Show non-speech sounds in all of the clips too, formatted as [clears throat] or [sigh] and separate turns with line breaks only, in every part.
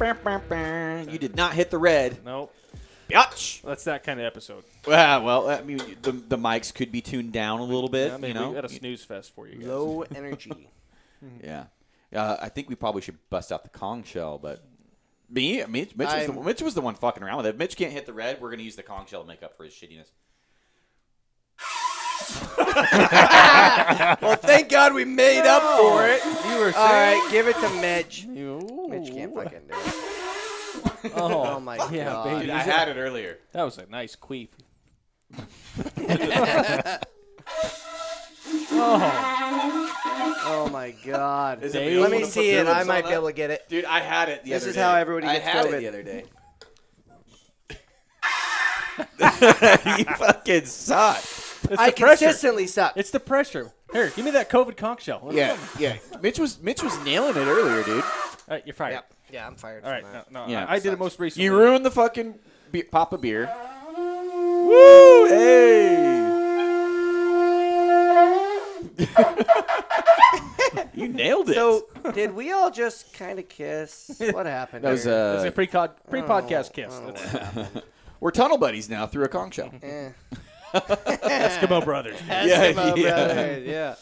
You did not hit the red.
No,
Yatch.
that's that kind of episode.
Well, well, I mean, the, the mics could be tuned down a little bit,
I mean,
you know.
we got a snooze fest for you guys.
Low energy.
Yeah. Uh, I think we probably should bust out the Kong shell, but me, Mitch, Mitch, was the,
I'm-
Mitch was the one fucking around with it. If Mitch can't hit the red. We're gonna use the Kong shell to make up for his shittiness.
well, [laughs] thank God we made up for it.
You were
All right, give it to Mitch.
You-
Mitch can't fucking do it.
Oh,
[laughs]
Oh my
yeah,
God.
baby.
Dude, I had it earlier.
That was a nice queef.
Oh my God.
Is it me?
Let me
Wanna put
see it.
your
I
lips
might
on
be
that?
able to get it.
Dude, I had it the
This
other
is
day.
how everybody gets
I had
COVID.
it the other day. [laughs] you fucking suck.
It's
I
the pressure.
consistently suck.
It's the pressure. Here, give me that COVID conch shell.
Yeah, yeah. Mitch was Mitch was nailing it earlier, dude.
All right, you're fired.
Yep. Yeah, I'm fired.
All right,
from
no,
that.
no,
Yeah,
I, I did it
sucks.
most recently.
You ruined the fucking be- pop a beer. Woo! [laughs] Hey! you nailed it.
So, did we all just kind of [laughs] kiss? What happened?
that was
here?
It's
uh,
a pre podcast
Oh,
kiss.
oh.
That's
we're tunnel buddies now through a conch shell.
Eh.
[laughs]
Eskimo Brothers.
Eskimo
yeah.
Brothers, yeah.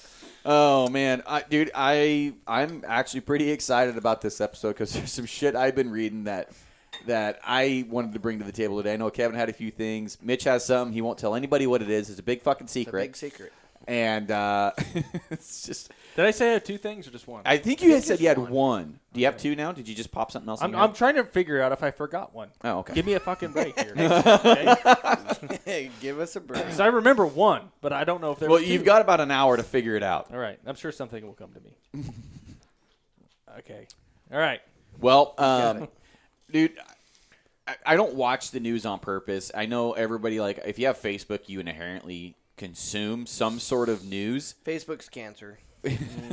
Oh man, I, dude, I I'm actually pretty excited about this episode because [laughs] there's some shit I've been reading that that I wanted to bring to the table today. I know Kevin had a few things. Mitch has some. He won't tell anybody what it is. It's a big fucking
The
secret.
big secret.
and uh, [laughs] it's just.
Did I say I had two things or just one?
I think you had said you had one. Do you have two now? Did you just pop something else? in
I'm,
your
I'm
head?
trying to figure out if I forgot one.
Oh, okay.
Give me a fucking break
[laughs]
here. Because
[laughs] Hey, give us a break.
I remember one, but I don't know if there
well,
was
you've
two.
got about an hour to figure it out.
All right. I'm sure something will come to
[laughs]
me. okay. All right.
[laughs]
Well, um, dude, I, I don't watch the news on purpose. I know everybody like if you have Facebook, you inherently consume some sort of news.
Facebook's
[laughs]
cancer.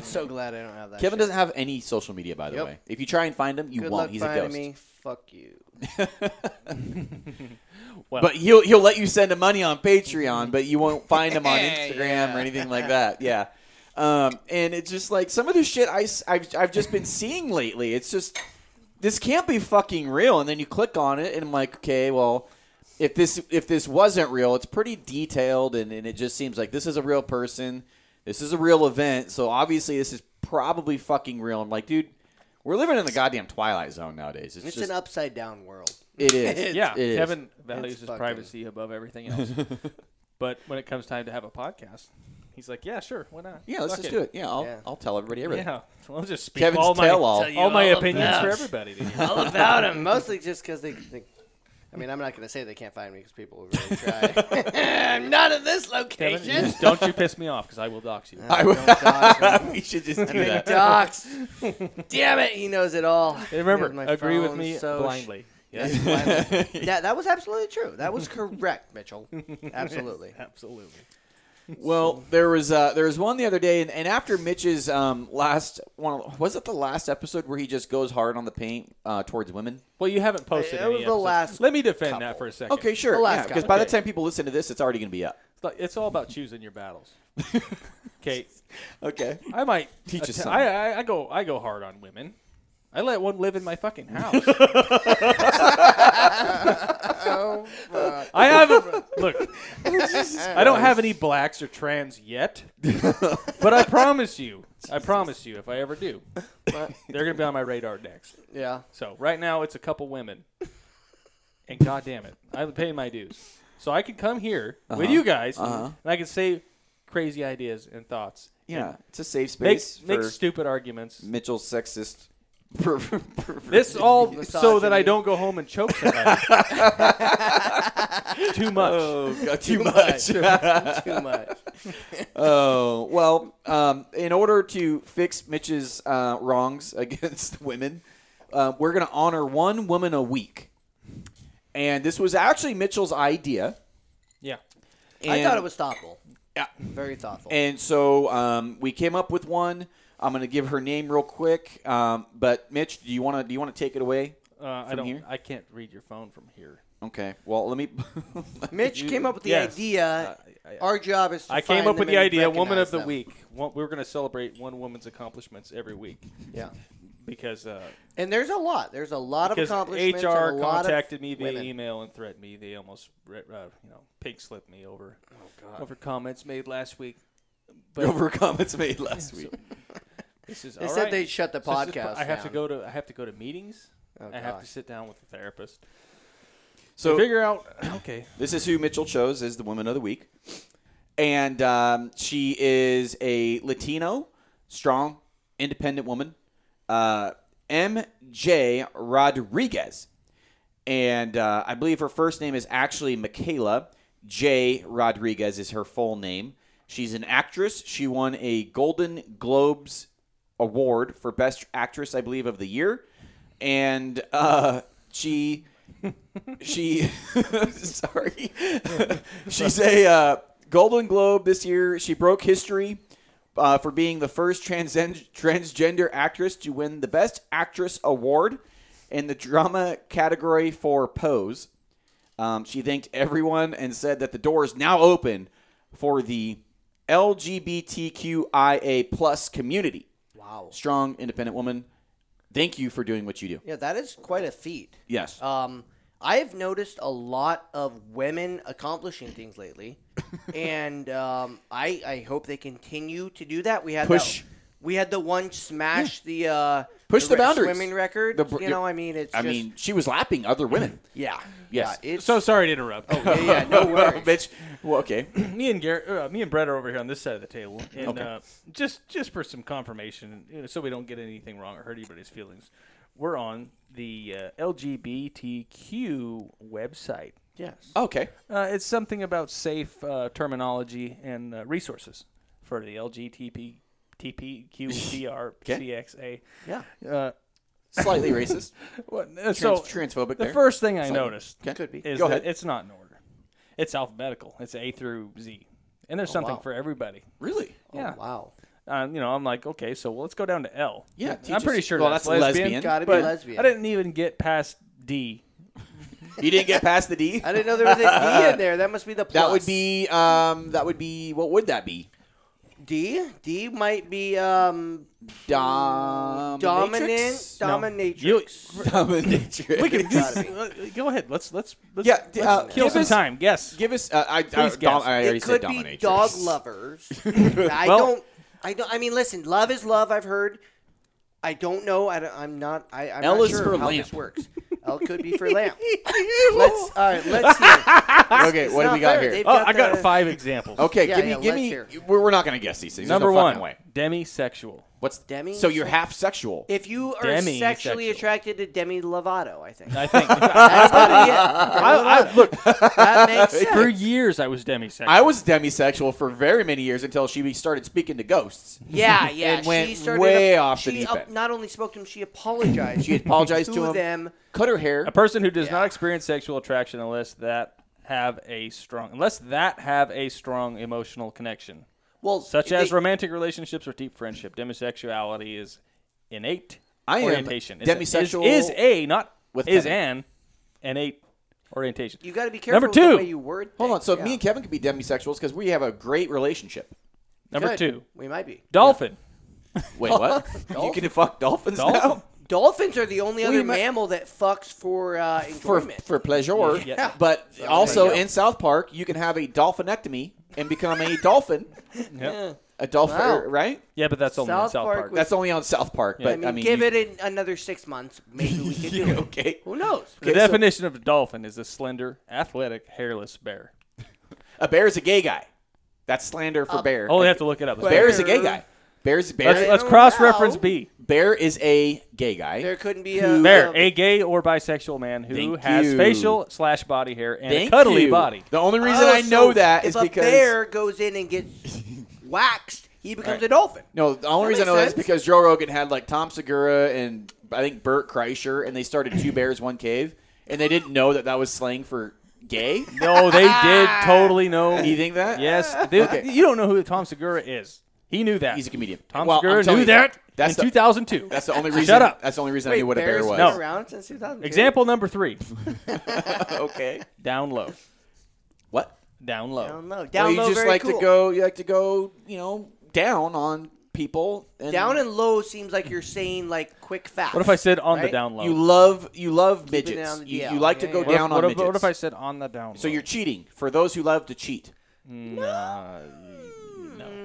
so glad I don't have that.
Kevin
shit.
doesn't have any social media, by the
Yep.
way. If you try and find him, you
Good
won't.
luck
He's a
finding
ghost.
me. Fuck you.
But he'll he'll let you send him money on Patreon, but you won't find him
[laughs]
on Instagram or anything like that. Yeah. Um, and it's just like some of the shit I, have I've just been seeing lately. It's just this can't be fucking real. And then you click on it, and I'm like, okay, well, if this if this wasn't real, it's pretty detailed, and, and it just seems like this is a real person, this is a real event. So obviously, this is probably fucking real. I'm like, dude, we're living in the goddamn twilight zone nowadays. It's,
It's
just
an upside down world. [laughs]
it is.
Yeah.
It is.
Kevin values
It's
his
fucking-
privacy above
[laughs]
everything else. but when it comes time to have a podcast, he's like, yeah, sure. Why not?
Yeah, let's
Fuck
just do it. Yeah, I'll,
Yeah.
I'll tell everybody everything.
Yeah. [laughs] I'll just speak
Kevin's
all my,
tell-all. Tell
all
you
my
all
opinions
about-
[laughs]
for everybody to
[laughs]
hear.
All about him. Mostly just because they, they. I mean, I'm not going to say they can't find me because people will really try. [laughs] I'm not in this
Kevin, you
location.
just don't you piss me off because [laughs] I will dox you.
[laughs] I
Don't
[laughs]
dox
[laughs]
me.
we should just do
Big
that.
docs. Damn it, he knows it all.
Hey, remember,
Dude, my
agree with
phone's
me
so sh-
blindly.
Yes,
[laughs]
[laughs]
blindly. that, that was absolutely true. That was correct,
[laughs]
Mitchell. Absolutely. [laughs]
Absolutely.
Well, there was uh, there was one the other day, and, and after Mitch's um, last one, was it the last episode where he just goes hard on the paint uh, towards women?
Well, you haven't posted.
That
any
was the
episodes.
last
Let me defend that for a second.
Okay, sure.
The last
Because
guy.
by the
Okay.
time people listen to this, it's already going to be up. [laughs]
It's like- it's all about choosing your battles.
[laughs]
Okay,
[laughs]
Okay.
I might
Teach us
atta-
something.
I, I, I go. I go hard on women. I let one live in
[laughs]
my fucking house.
Oh, fuck.
I haven't look. [laughs] I don't have any blacks or trans yet, but I promise you,
[laughs]
I promise you, if I ever do,
But,
they're gonna be on my radar next.
[laughs]
[laughs]
yeah.
So right now it's a couple women, and god damn it, I'm paying my dues. So I can come here
Uh-huh.
with you guys, and I can say crazy ideas and thoughts.
Yeah, it's a safe
Make,
space
make
for
stupid arguments.
Mitchell's sexist. [laughs]
This all [laughs] so that I
Misogyny.
don't go home and choke
[laughs]
somebody. Too much.
Oh. too much. [laughs]
Too much.
Oh well, um, in order to fix Mitch's uh, wrongs [laughs] against women, uh, we're going to honor one woman a week, and this was actually Mitchell's idea.
yeah.
I thought
And-
it was thoughtful.
Yeah.
Very thoughtful.
And so um, we came up with one. I'm going to give her name real quick. Um, but Mitch, do you want to do you want to take it away?
Uh, I
From
don't.
here?
I can't read your phone from here.
Okay. Well, let me. [laughs]
Mitch
You-
came up with the
yes. Uh,
idea.
I- I-
Our job is to
I came
find
up
them
with the
and
idea, woman
recognize
of the
them.
week. One, we were going to celebrate one woman's accomplishments every week.
Yeah.
because uh,
And there's a lot. There's a lot of
because
accomplishments. and
HR
a lot of
contacted me via
women.
email and threatened me. They almost re- uh, you know pig slipped me over
Oh,
over comments made last week. But
Over comments made last week.
this is
They
all
said
right.
they'd shut the
So this is-
podcast.
I have to
down.
go to I have to go to meetings.
Oh,
I have to
gosh.
sit down with a therapist. So
So
figure out okay.
This is who Mitchell chose as the woman of the week. And um, she is a Latino, strong, independent woman, uh, MJ Rodriguez. And uh, I believe her first name is actually Michaela. J. Rodriguez is her full name. She's an actress. She won a Golden Globes award for Best Actress, I believe, of the year. And uh, she she [laughs] sorry she's a uh, golden globe this year she broke history uh, for being the first transgen- transgender actress to win the best actress award in the drama category for pose um, she thanked everyone and said that the door is now open for the lgbtqia plus community
Wow.
strong independent woman thank you for doing what you do
Yeah, that is quite a feat.
yes
Um, I've noticed a lot of women accomplishing things
[laughs]
lately, and um, I I hope they continue to do that. We had
Push.
That, we had the one smash the uh,
Push the
re-
boundaries.
swimming record.
The br-
you know, I mean, it's
i
just,
mean she was lapping other
[clears throat]
women
yeah,
Yes.
yeah, it's, oh,
So sorry to interrupt.
yeah, yeah,
[laughs]
no worries.
bitch. Well, okay. [clears throat]
me and Garrett, uh, me and Brett are over here on this side of the table, and
Okay.
uh, just just for some confirmation, you know, so we don't get anything wrong or hurt anybody's feelings, we're on the uh, LGBTQ website.
yes.
Okay.
Uh, it's something about safe uh, terminology and uh, resources for the LGTP. TPQDRCXA.
Yeah.
Uh,
[laughs]
Slightly racist.
what, uh,
Trans-
so
transphobic
the
there.
first thing I
Slightly.
noticed
Okay.
Could be.
is
Go
that
ahead.
it's not in order. It's alphabetical. It's A through Z, and
Oh,
there's something
wow.
for everybody.
Really?
yeah.
Oh, wow.
Um, you know, I'm like, okay, so well, let's go down to L.
Yeah,
I'm
teachers-
pretty sure
well,
that's,
that's lesbian.
lesbian.
Gotta be
but
lesbian.
I didn't even get past
[laughs]
D.
You didn't get past the D.
I didn't know there was a
[laughs]
D in there. That must be the plus.
That would be. Um. That would be. What would that be?
D. D might be um,
Dom.
dominant, dominatrix.
You-
Dominatrix. [laughs]
we can
Gotta be.
uh, go ahead. Let's let's, let's
Yeah. d-
let's
Uh,
kill
give
some
us,
time. Guess.
Give us. Uh, I. I,
Please
dom-
guess.
I already
it could
said
be
dominatrix. [laughs]
dog lovers. [laughs] I don't. I don't. I mean, listen. Love is love. I've heard. I don't know. I am not. I, I'm
L
not
is
sure
for
how
lamp.
this works. L could be for
[laughs]
lamp. Let's. All right. Let's hear.
Okay. What do
not
we got
fair.
here?
They've
Oh, I got
the-
five examples.
Okay.
Yeah,
give me.
yeah,
give
let's
me.
hear.
We're, we're not gonna guess these things. There's
Number
no
one,
fucking Way.
demisexual.
What's
Demi-
So you're half sexual.
If you are
Demi
sexually
sexual.
attracted to Demi Lovato, I
[laughs]
think.
I think. I,
That's gotta be it.
I, look,
That makes sense.
[laughs]
for years I was demisexual.
I was demisexual for very many years until she started speaking to ghosts. [laughs]
Yeah, yeah.
and went
she started
way
ap-
off the
she
deep
ap-
end.
Not only spoke to him, she apologized.
[coughs] She apologized
to,
to him.
them.
Cut her hair.
a person who does
Yeah.
not experience sexual attraction unless that have a strong unless that have a strong emotional connection.
Well,
such as
they-
romantic relationships or deep friendship. Demisexuality is innate
I am
orientation.
demisexual
is, is a not
with
is
Kevin.
an innate orientation.
You got to be careful.
Number
With
two.
the way you word.
Hold on.
things,
So
yeah.
me and Kevin could be demisexuals because we have a great relationship.
Number
Good.
two,
we might be.
dolphin.
Wait, what? you can fuck dolphins
Dolphin.
now
Dolphins are the only
We
other
might-
mammal that fucks for uh,
for
enjoyment.
for pleasure.
Yeah.
But
there
also
you go.
in South Park, you can have a dolphinectomy and become a dolphin.
Yeah.
A dolphin, er,
Wow.
right?
Yeah, but that's only in
South
South
Park
Park.
was-
That's only on South Park,
Yeah.
but
I mean,
I mean,
give
you- [laughs]
it in another six months, maybe we could do it.
okay.
Who knows?
the
okay, so-
definition of a dolphin is a slender, athletic, hairless bear.
A bear is a gay guy. That's slander for bear.
Oh, they have to look it up.
bear is a gay
Bear.
guy. Bear's bear.
Let's, let's
don't
cross reference
know.
B.
bear is a gay guy.
There couldn't be a
Bear,
a-
a gay or bisexual man who
Thank
has
you.
facial slash body hair and
Thank
a cuddly
you.
body.
The only reason
Oh,
I know
so
that is
if
because
a bear goes in and
[laughs]
gets waxed, he becomes a dolphin.
No, the only
That
reason I
makes
know that is
sense.
because Joe Rogan had like Tom Segura and I think Bert Kreischer, and they started Two Bears One Cave, and they didn't know that that was slang for
[laughs]
gay.
No, they did totally know.
you think
[laughs]
that?
Yes, they-
Okay.
you don't know who Tom Segura is. He knew that.
he's a comedian.
Tom
Well, I'm
Segura
telling
knew
you,
that
That's
in
the, [laughs]
2002.
that's the only reason.
up.
That's the only reason I
Wait,
knew what a bear
bears
was.
been
[laughs]
No.
around since 2000.
Example number three:
okay.
down low,
What?
down low.
Down low.
Well,
Down
you
low,
just
very
like
cool.
to go. You like to go. You know, down on people. And
Down and low seems like you're saying like quick facts.
What if I said on the
right?
down low?
you love you love
Keep it
midgets.
down-
you,
yeah,
you like to
yeah,
go
yeah.
what if,
down
what
on
if,
midgets.
what if I said on the down low?
so you're cheating for those who love to cheat.
Nah,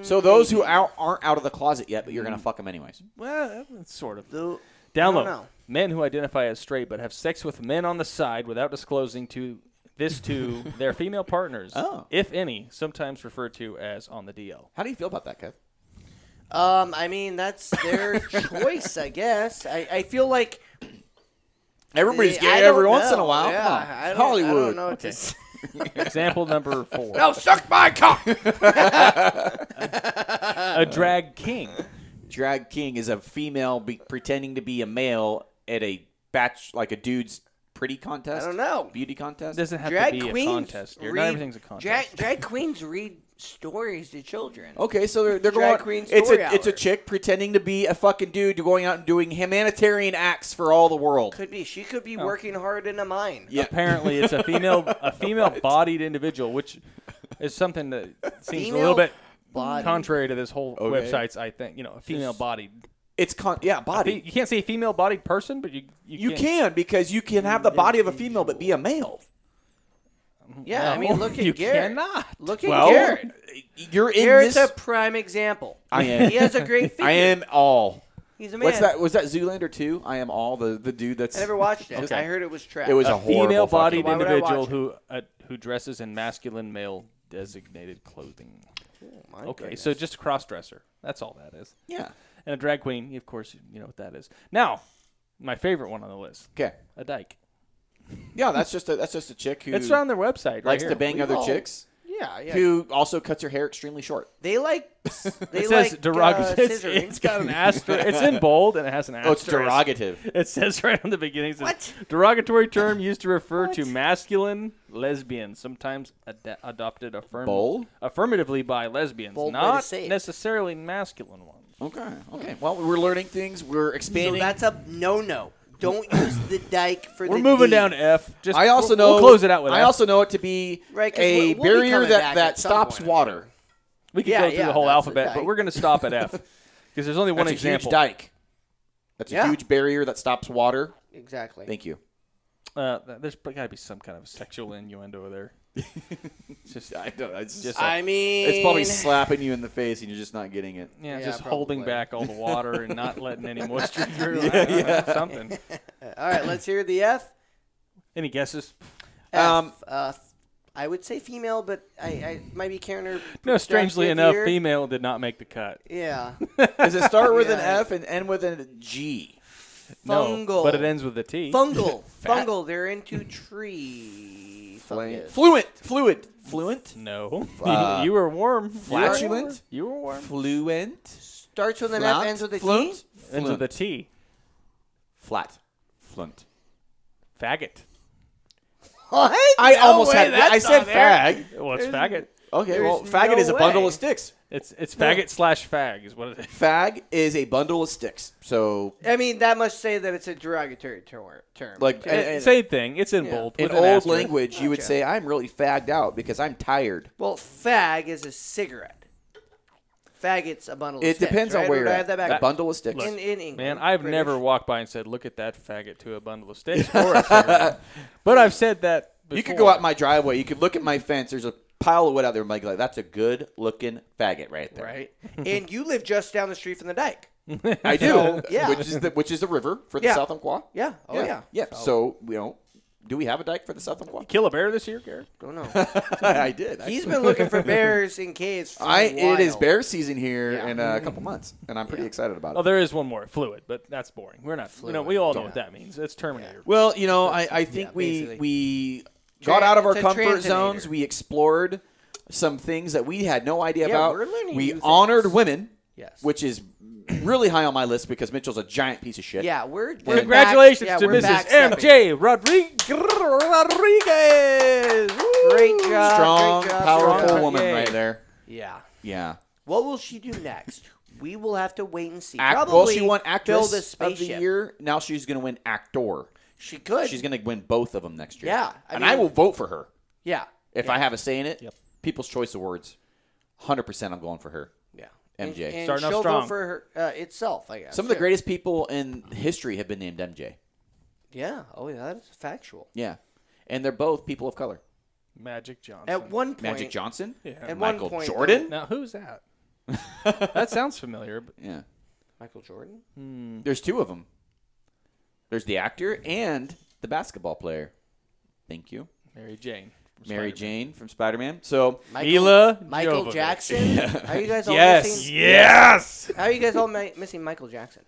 So those who out, aren't out of the closet yet, but you're gonna fuck them anyways.
well, it's sort of.
Though-
Down
I
low.
don't know.
Men who identify as straight but have sex with men on the side without disclosing to this
[laughs]
to their female partners,
Oh.
if any, sometimes referred to as on the DL.
How do you feel about that, Kev?
Um, I mean that's
[laughs]
their choice, I guess. I, I feel like
Everybody's
I
gay
don't
every once in a
know.
while.
Yeah,
Come on.
I don't,
Hollywood.
I don't know what to
Okay. [laughs]
say.
Example number four.
No, suck my cock.
A drag king.
Drag king is a female be- pretending to be a male at a batch like a dude's pretty contest.
I don't know.
Beauty contest.
It doesn't have
Drag
to be
queens
a contest. Dear. Not
read-
everything's a contest.
Drag, drag
[laughs]
queens read stories to children.
Okay, so they're, they're
Drag
going.
queen
it's
story
a it's a
hour.
chick pretending to be a fucking dude, going out and doing humanitarian acts for all the world.
Could be. She could be
Oh.
working hard in a mine.
Yeah.
Apparently, it's a female a female bodied individual, which is something that seems a little
Female
bit contrary to this whole
Okay.
website's. I think you know, a female bodied.
It's con yeah body.
You can't say female bodied person, but you you,
You can because you can have the body of a female but be a male.
Yeah, I
No,
mean, look at
you
Garrett.
cannot.
Look at Garrett.
you're in
Garrett's
this.
a prime example.
I am.
He has a great figure.
[laughs] I am all.
He's a man.
What's that? Was that Zoolander two? I am all the the dude that's.
I never watched
[laughs]
it.
Okay.
I heard it was trash.
It was a
a
horrible
female bodied
fucking- Why would I
individual
watch it?
who uh, who dresses in masculine male designated clothing.
My
Okay,
goodness.
so just a cross dresser. That's all that is.
Yeah.
And a drag queen, of course, you know what that is. Now, my favorite one on the list,
Okay.
a dyke.
Yeah, that's just a that's just a chick who
It's on their website. Right
likes to
here.
bang
We've
other
all-
chicks.
yeah, Oh. yeah.
Who also cuts her hair extremely short.
They
[laughs]
like. They
It
like,
says derogatory.
Uh,
it's- [laughs]
scissoring.
it's got an asterisk. it's in bold and it has an asterisk.
Oh, it's derogative.
It says right on the beginning. It says,
What?
Derogatory term used to refer to masculine lesbians, sometimes ad- adopted affirm-
Bold?
affirmatively by lesbians,
Bold way to
not
say it.
necessarily masculine ones.
Okay. Okay. Well, we're learning things. We're
so
expanding.
that's a no-no. Don't
[coughs]
use the dyke for.
We're
the
moving
D.
down to F. Just
I also
we'll-
know.
We'll close it out with
I
F.
also know it to be
Right, 'cause
a
we'll- we'll be
barrier
coming
that
back
that
at some
stops
point.
water.
we could
Yeah,
go through
yeah,
the whole
that's a
alphabet, but
dyke.
we're going to stop at F because there's only
[laughs]
one
That's a
example.
huge dike. That's a
Yeah.
huge barrier that stops water.
Exactly.
Thank you.
Uh, th- there's got to be some kind of sexual innuendo there. It's just
I don't. It's
just-
I mean,
It's probably slapping you in the face and you're just not getting it.
Yeah,
Yeah,
just holding
probably.
back all the water and not letting
[laughs]
any moisture through. I
Yeah,
don't know,
yeah.
[laughs] something.
All right, let's hear the
[coughs]
F.
Any guesses?
F,
Um,
uh, I would say female, but I, I might be carrying her.
No, strangely enough,
here.
female did not make the cut. [laughs]
Yeah.
Does it start with
[laughs]
an
Yeah.
F and end with a G?
No,
Fungal.
but it ends with a T.
Fungal. Fungal. They're into tree.
Fluent.
fungus.
Fluent. Fluid. Fluent.
no, [laughs]
Uh,
you were warm.
flatulent?
You were warm.
Fluent.
Starts with an F, ends with a T.
Fluent.
Ends with a
Fluent.
T.
Flat. Fluent.
Faggot.
What?
I
No
almost
way,
had.
that's
I said
not there.
fag.
Well, it's
There's-
faggot.
Okay, well,
There's
faggot
no
is a bundle
way.
of sticks.
It's it's faggot slash fag is what it is.
Fag is a bundle of sticks. So,
I mean, that must say that it's a derogatory ter- term.
like,
[laughs]
and- and-
Same thing. It's in
Yeah.
bold.
in
with an
old
asterisk.
language, you would say, "I'm really fagged out because I'm tired."
well, fag is a cigarette. Faggot's a bundle. of
It
sticks,
depends
right?
on
Or
where
do
you're
I have
at.
that back.
a bundle of sticks.
in, in England,
Man, I've
British.
never walked by and said, "Look at that faggot" to a bundle
[laughs]
of sticks or a cigarette. But I've said that. Before.
you could go out my driveway. You could look at my fence. There's a pile of wood out there. Mike, like, that's a good looking faggot right there.
[laughs]
right? and you live just down the street from the dike.
I do. [laughs]
So, yeah.
Which is the which is the river for the
Yeah.
South Umpqua.
Yeah. Oh yeah.
Yeah. So you know, do we have a dike for the South
[laughs]
Umpqua?
kill a bear this year, Garrett.
Don't know.
[laughs] I [laughs] did.
He's
actually.
been looking for bears in caves. For
I
a while.
it is bear season here
Yeah.
in a couple months, and I'm pretty excited about it.
Oh, there is one more fluid, but that's boring. We're not fluid. You know, we all know what that means. It's Terminator.
Well, you know, I, I think
Yeah,
we
basically.
we
Tran-
got out of our
it's a
comfort
transinator.
zones. We explored some things that we had no idea
Yeah,
about.
we're learning
we
new things.
honored women,
Yes.
which is really high on my list because Mitchell's a giant piece of shit.
Yeah, we're, we're
Congratulations
back, yeah,
to
we're
Mrs.
backstepping.
MJ Rodriguez. Rodriguez. Woo!
Great job.
strong,
great job,
powerful
strong.
woman
Yay.
right there.
Yeah.
Yeah,
What will she do next? We will have to wait and see.
Act-
Probably
well, she won
fill
actress
the
of the
spaceship.
year. Now she's going to win actor.
She could.
She's going to win both of them next year.
Yeah, I
and
mean-
I will vote for her
yeah.
if
yeah.
I have a say in it.
Yep.
People's Choice Awards, hundred percent. I'm going for her.
Yeah. and,
MJ.
and
Starting off
she'll
strong.
go for her, uh, itself, I guess.
Some of the
yeah.
greatest people in history have been named MJ.
Yeah. Oh, yeah. That's factual.
Yeah, and they're both people of color.
Magic Johnson.
At one point,
Magic Johnson,
Yeah.
At
Michael
one point,
Jordan.
Now who's that? [laughs] that sounds familiar. But
Yeah,
Michael Jordan.
there's two of them. There's the actor and the basketball player. Thank you,
Mary Jane. from
Mary
Spider-Man.
Jane from Spider-Man. So
Michael,
Mila
Michael
Jovovich. [laughs]
Jackson. How Are you guys all
yes,
missing?
yes,
How are you guys all mi- missing Michael Jackson?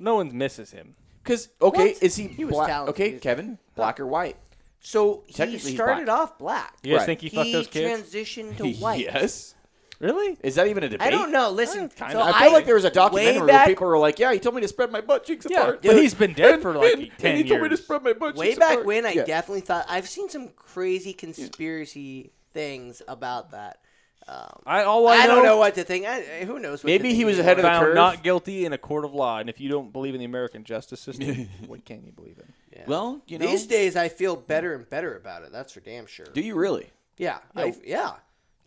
No one misses him.
because okay,
What?
is he,
He was
black?
talented,
Okay,
dude.
Kevin, black or white?
So he
Technically, he's
started
black.
off black.
You guys
Right.
think he, fucked those kids?
transitioned
[laughs]
to white.
[laughs] Yes,
really?
is that even a debate?
I don't know. Listen,
kinda.
so
I
I
feel like there was a documentary
way
where
back,
people were like, "Yeah, he told me to spread my butt cheeks
Yeah,
apart."
but he's been dead for like
and,
10
and he told me to
years.
spread my butt
way
cheeks
back
apart.
when. I
Yeah.
definitely thought I've seen some crazy conspiracy things about that. Um,
I all I,
I
know,
don't know what to think. I, I- who knows? What to
Maybe he
think
was ahead of the
anymore.
Found
curve.
not guilty in a court of law, and if you don't believe in the American
[laughs]
justice system, what can you believe in?
Yeah.
Well, you know,
these days I feel better and better about it. That's for damn sure.
do you really?
Yeah, I, yeah.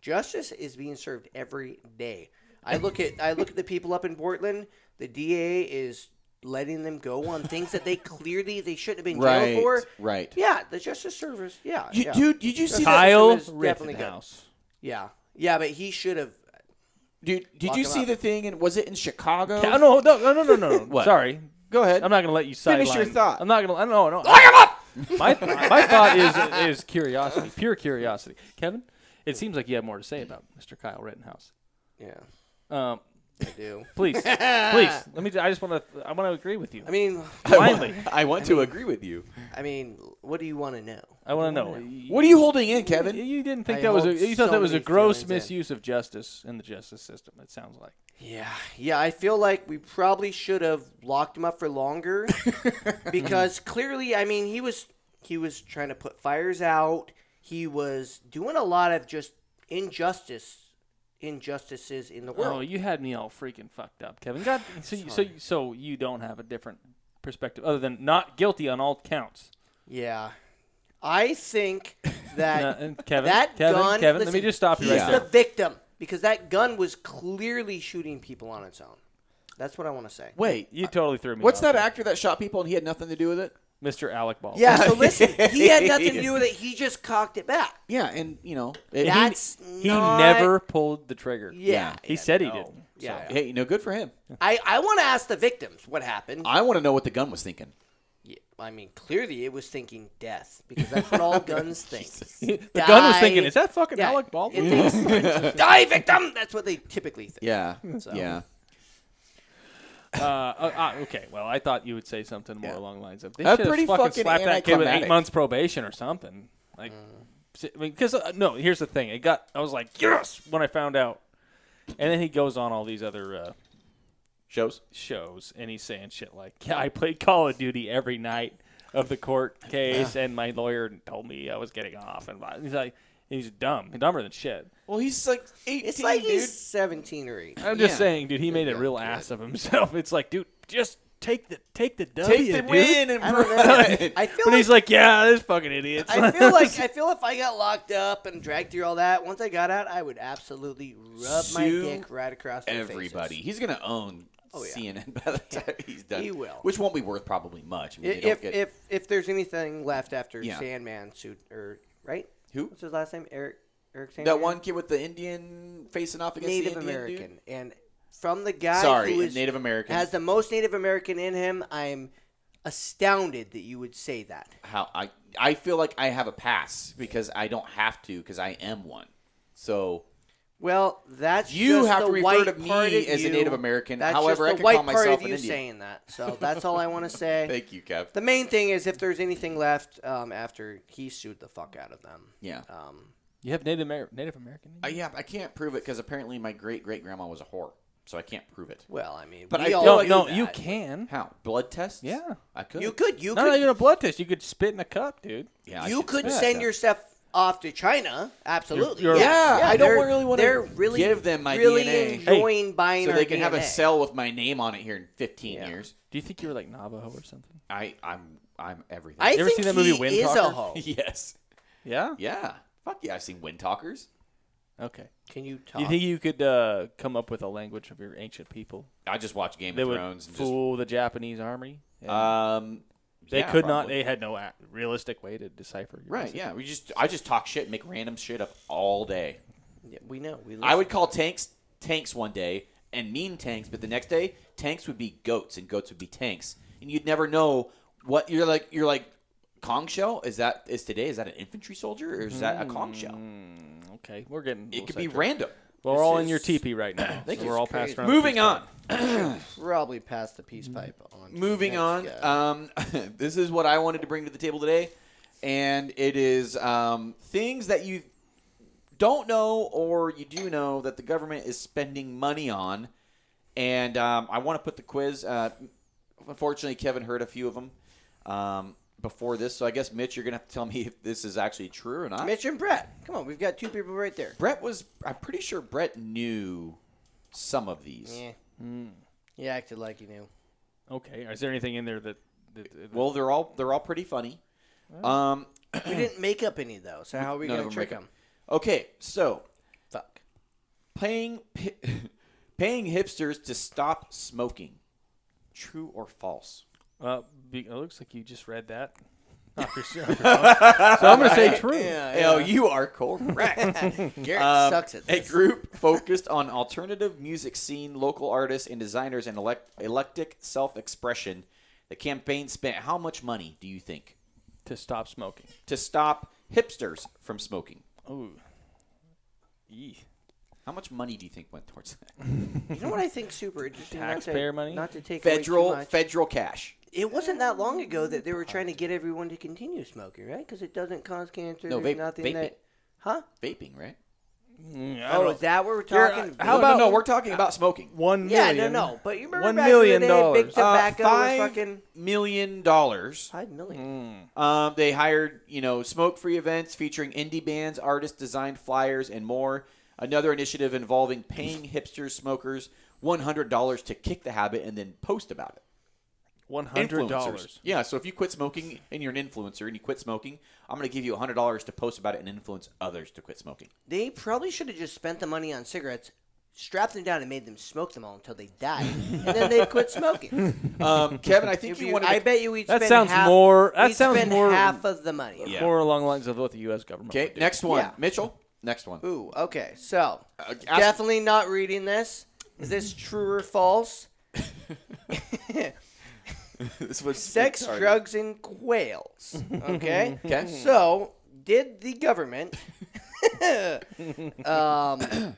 Justice is being served every day. I look at I look at the people up in Portland. The DA is letting them go on things
[laughs]
that they clearly they shouldn't have been jailed for.
right.
Yeah, the Justice Service. Yeah,
You,
yeah.
Dude, did you see that?
Kyle
system is definitely good.
Rittenhouse.
yeah, yeah. But he should have.
Dude, did
Lock
you
him
see
up.
the thing? And was it in Chicago?
Yeah, no, no, no, no, no, no.
[laughs] What?
Sorry,
Go ahead.
I'm not gonna let you sideline.
Finish your thought.
I'm not gonna. I don't know.
Lock him up.
My my thought is is curiosity, pure curiosity. Kevin, it seems like you have more to say about Mr. Kyle Rittenhouse.
Yeah,
Um,
I do. [laughs]
please, please, let me. I just want to. I want to agree with you.
I mean,
Blindly,
[laughs] I want to agree with you.
I mean, what do you want to know?
I want to know.
What are you holding in,
You-
Kevin?
You didn't think
I
that was a,
hold
you thought
so
that was a
many
gross
feelings in.
misuse of justice in the justice system. It sounds like.
Yeah, yeah. I feel like we probably should have locked him up for
[laughs]
longer because clearly, I mean, he was he was trying to put fires out. He was doing a lot of just injustice, injustices in the
Oh,
world.
you had me all freaking fucked up,
[laughs]
Kevin. God, so you, so you- so you don't have a different perspective other than not guilty on all counts.
Yeah, I
[laughs]
think
Uh,
that
and Kevin,
that
Kevin,
gun.
Kevin,
listen,
let me just stop you
he's
right
Yeah.
there.
the victim because that gun was clearly shooting people on its own. That's what I want to say.
Wait,
You totally threw me.
what's
off
that
there.
actor that shot people and he had nothing to do with it?
Mr. Alec Baldwin?
Yeah, so listen, he had nothing
[laughs]
to do with it. He just cocked it back.
Yeah, and you know, it,
He-
That's
he
not-
never pulled the trigger.
Yeah.
he
yeah,
said
no.
he didn't.
Yeah.
hey, you know, good for him.
I, I want to ask the victims what happened.
I want to know what the gun was thinking.
Yeah, I mean, clearly it was thinking death because that's what all [laughs] guns think.
The gun was thinking,
Die.
"Is that fucking
Yeah,
Alec Baldwin?"
it
[laughs]
thinks- Die, victim! That's what they typically think.
Yeah, yeah.
uh, uh, uh, okay, well, I thought you would say something more along the lines of, "They
That's
should have
pretty
fucking,
fucking
slapped that kid with
anticlimactic.
eight months probation or something." Like, because uh, no, here's the thing. It got. I was like, "Yes!" when I found out, and then he goes on all these other. Uh,
Shows.
shows and he's saying shit like, "Yeah, I played Call of Duty every night of the court [laughs] case, and my lawyer told me I was getting off." And blah." he's like, "He's dumb, dumber than shit."
Well, he's like eighteen,
It's like
dude.
he's 17 or
[laughs]
18.
I'm just
Yeah.
saying, dude, he made a real ass of himself. [laughs] It's like, dude, just take the take the W,
Take the
dude.
win and
I don't
[laughs]
know. I feel
But
like,
he's like, "Yeah, this fucking idiot."
I
[laughs]
feel like I feel if I got locked up and dragged through all that, once I got out, I would absolutely rub my
Sue
dick right across their faces.
everybody. He's gonna own
Oh, yeah.
CNN [laughs] by the time he's done.
He will.
which won't be worth probably much. I mean, they don't
If
get-
if if there's anything left after
Yeah.
Sandman sued or right?
Who?
What's his last name? Eric Eric Sandman.
that one kid with the Indian facing off against
Native
the Indian dude?
American and from the guy
Sorry,
who is,
Native American.
has the most Native American in him, I'm astounded that you would say that.
How I I feel like I have a pass because I don't have to because I am one. So
Well, that's
You
just
have
the
to refer
white
to me
part of
as a
you.
Native American.
That's just
However, I
the
could
white
call
part
myself
of
an
you
Indian.
saying that.
[laughs]
So that's all I want to say.
thank you, Kev.
The main thing is if there's anything left um, after he sued the fuck out of them.
Yeah,
Um,
you have Native Amer- Native American.
I, Uh, yeah. I can't prove it because apparently my great great grandma was a whore, so I can't prove it.
well, I mean,
But
we
I
all
feel
no,
like-
do
no,
that.
you can.
How blood tests?
Yeah.
I could.
You could. You
Not
could.
even a blood test. You could spit in a cup, dude.
Yeah, I
you
should
could
say
send
that.
yourself off to China. Absolutely.
you're-
Yeah, I don't
they're-
really wanna
They're really
give them my
really
DNA.
enjoying buying
so
our
they can have a
DNA.
cell with my name on it here in 15
Yeah.
years.
Do you think you were like Navajo or something?
I I'm I'm everything.
I
[laughs]
You ever
think
seen that movie
he
Wind
is
Talker?
a hoe.
yes.
Yeah.
Yeah. Fuck yeah. I've seen Wind Talkers.
Okay.
Can you talk?
Do you think you could uh, come up with a language of your ancient people?
I just watched Game
They
of
would
Thrones. And just,
fool the Japanese army. and
um,
they
yeah,
could not.
probably.
They had no a- realistic way to decipher. Your
Right.
message.
Yeah. We just I just talk shit, and make random shit up all day.
Yeah, we know. We
I
listen.
would call tanks tanks one day and mean tanks, but the next day tanks would be goats and goats would be tanks, and you'd never know what you're like. You're like Kong shell is that is today? Is that an infantry soldier or is that a Kong shell?
Mm, Okay, we're getting.
It could be random.
Well,
This
we're all in
is-
your teepee right
[coughs]
now.
This
so
is
we're all
crazy.
passed around.
Moving on.
probably pass the peace pipe on. to the
Mm. Moving
next
on.
guy.
Um, [laughs] this is what I wanted to bring to the table today, and it is um, things that you don't know or you do know that the government is spending money on. And um, I want to put the quiz. Uh, unfortunately, Kevin heard a few of them um, before this, so I guess Mitch, you're gonna have to tell me if this is actually true or not.
Mitch and Brett. Come on, we've got two people right there.
Brett was. I'm pretty sure Brett knew some of these.
Yeah.
Mm.
You acted like you knew.
Okay. Is there anything in there that? that, that
Well, they're all they're all pretty funny. Um,
we didn't make up any though, so how are we
None of
gonna
them
trick
make up.
them?
okay, so
Fuck.
paying pi- [laughs] paying hipsters to stop smoking. True or false?
uh, be, it looks like you just read [laughs] that. Off your- off your phone. so I'm going to [laughs] say true.
Oh, you are
[laughs]
correct.
Garrett
Um,
Uh, sucks at
a
this.
group focused on alternative music scene, local artists and designers, and elect- eclectic self expression. The campaign spent how much money do you think
To stop smoking.
to stop hipsters from smoking?
Oh. Eeh.
How much money do you think went towards that?
you know what I think? Super interesting. not to-
Taxpayer money?
Not to take away too
Federal
much.
federal cash.
It wasn't that long ago that they were trying to get everyone to continue smoking, right? Because it doesn't cause cancer.
No,
there's
vape-
nothing
vaping.
that. Huh?
Vaping, right?
Mm, I
Oh,
don't-
is that what we're
You're-
talking?
uh, how
no,
about-
no, no, we're talking about smoking.
one
Yeah,
million?
no, no. But you remember
One
back in the
million
day,
dollars. Uh,
Big tobacco was
Uh, five
fucking
million dollars.
five million.
Mm.
Um, they hired, you know, smoke-free events featuring indie bands, artists, designed flyers, and more. Another initiative involving paying hipsters, smokers, one hundred dollars to kick the habit and then post about it.
One hundred
Influencers.
dollars.
Yeah. So if you quit smoking and you're an influencer and you quit smoking, I'm going to give you hundred dollars to post about it and influence others to quit smoking.
They probably should have just spent the money on cigarettes, strapped them down, and made them smoke them all until they died, and then they quit
[laughs]
smoking.
Um, Kevin, I think
If
you
you-
wanted.
I
To,
bet you we'd
That
spend
sounds
half,
more- that
we'd
sounds
spend
more-
half of the money.
Yeah.
More along the lines of what the U.S. government.
okay.
would do.
Next one,
Yeah.
Mitchell. Next one. Uh,
Ooh, okay. So,
Uh,
ask-
definitely not reading this. Is this true or false?
[laughs] this was
Sex,
retarded.
drugs, and
[laughs]
quails. Okay?
Okay.
So, did the government [laughs] um,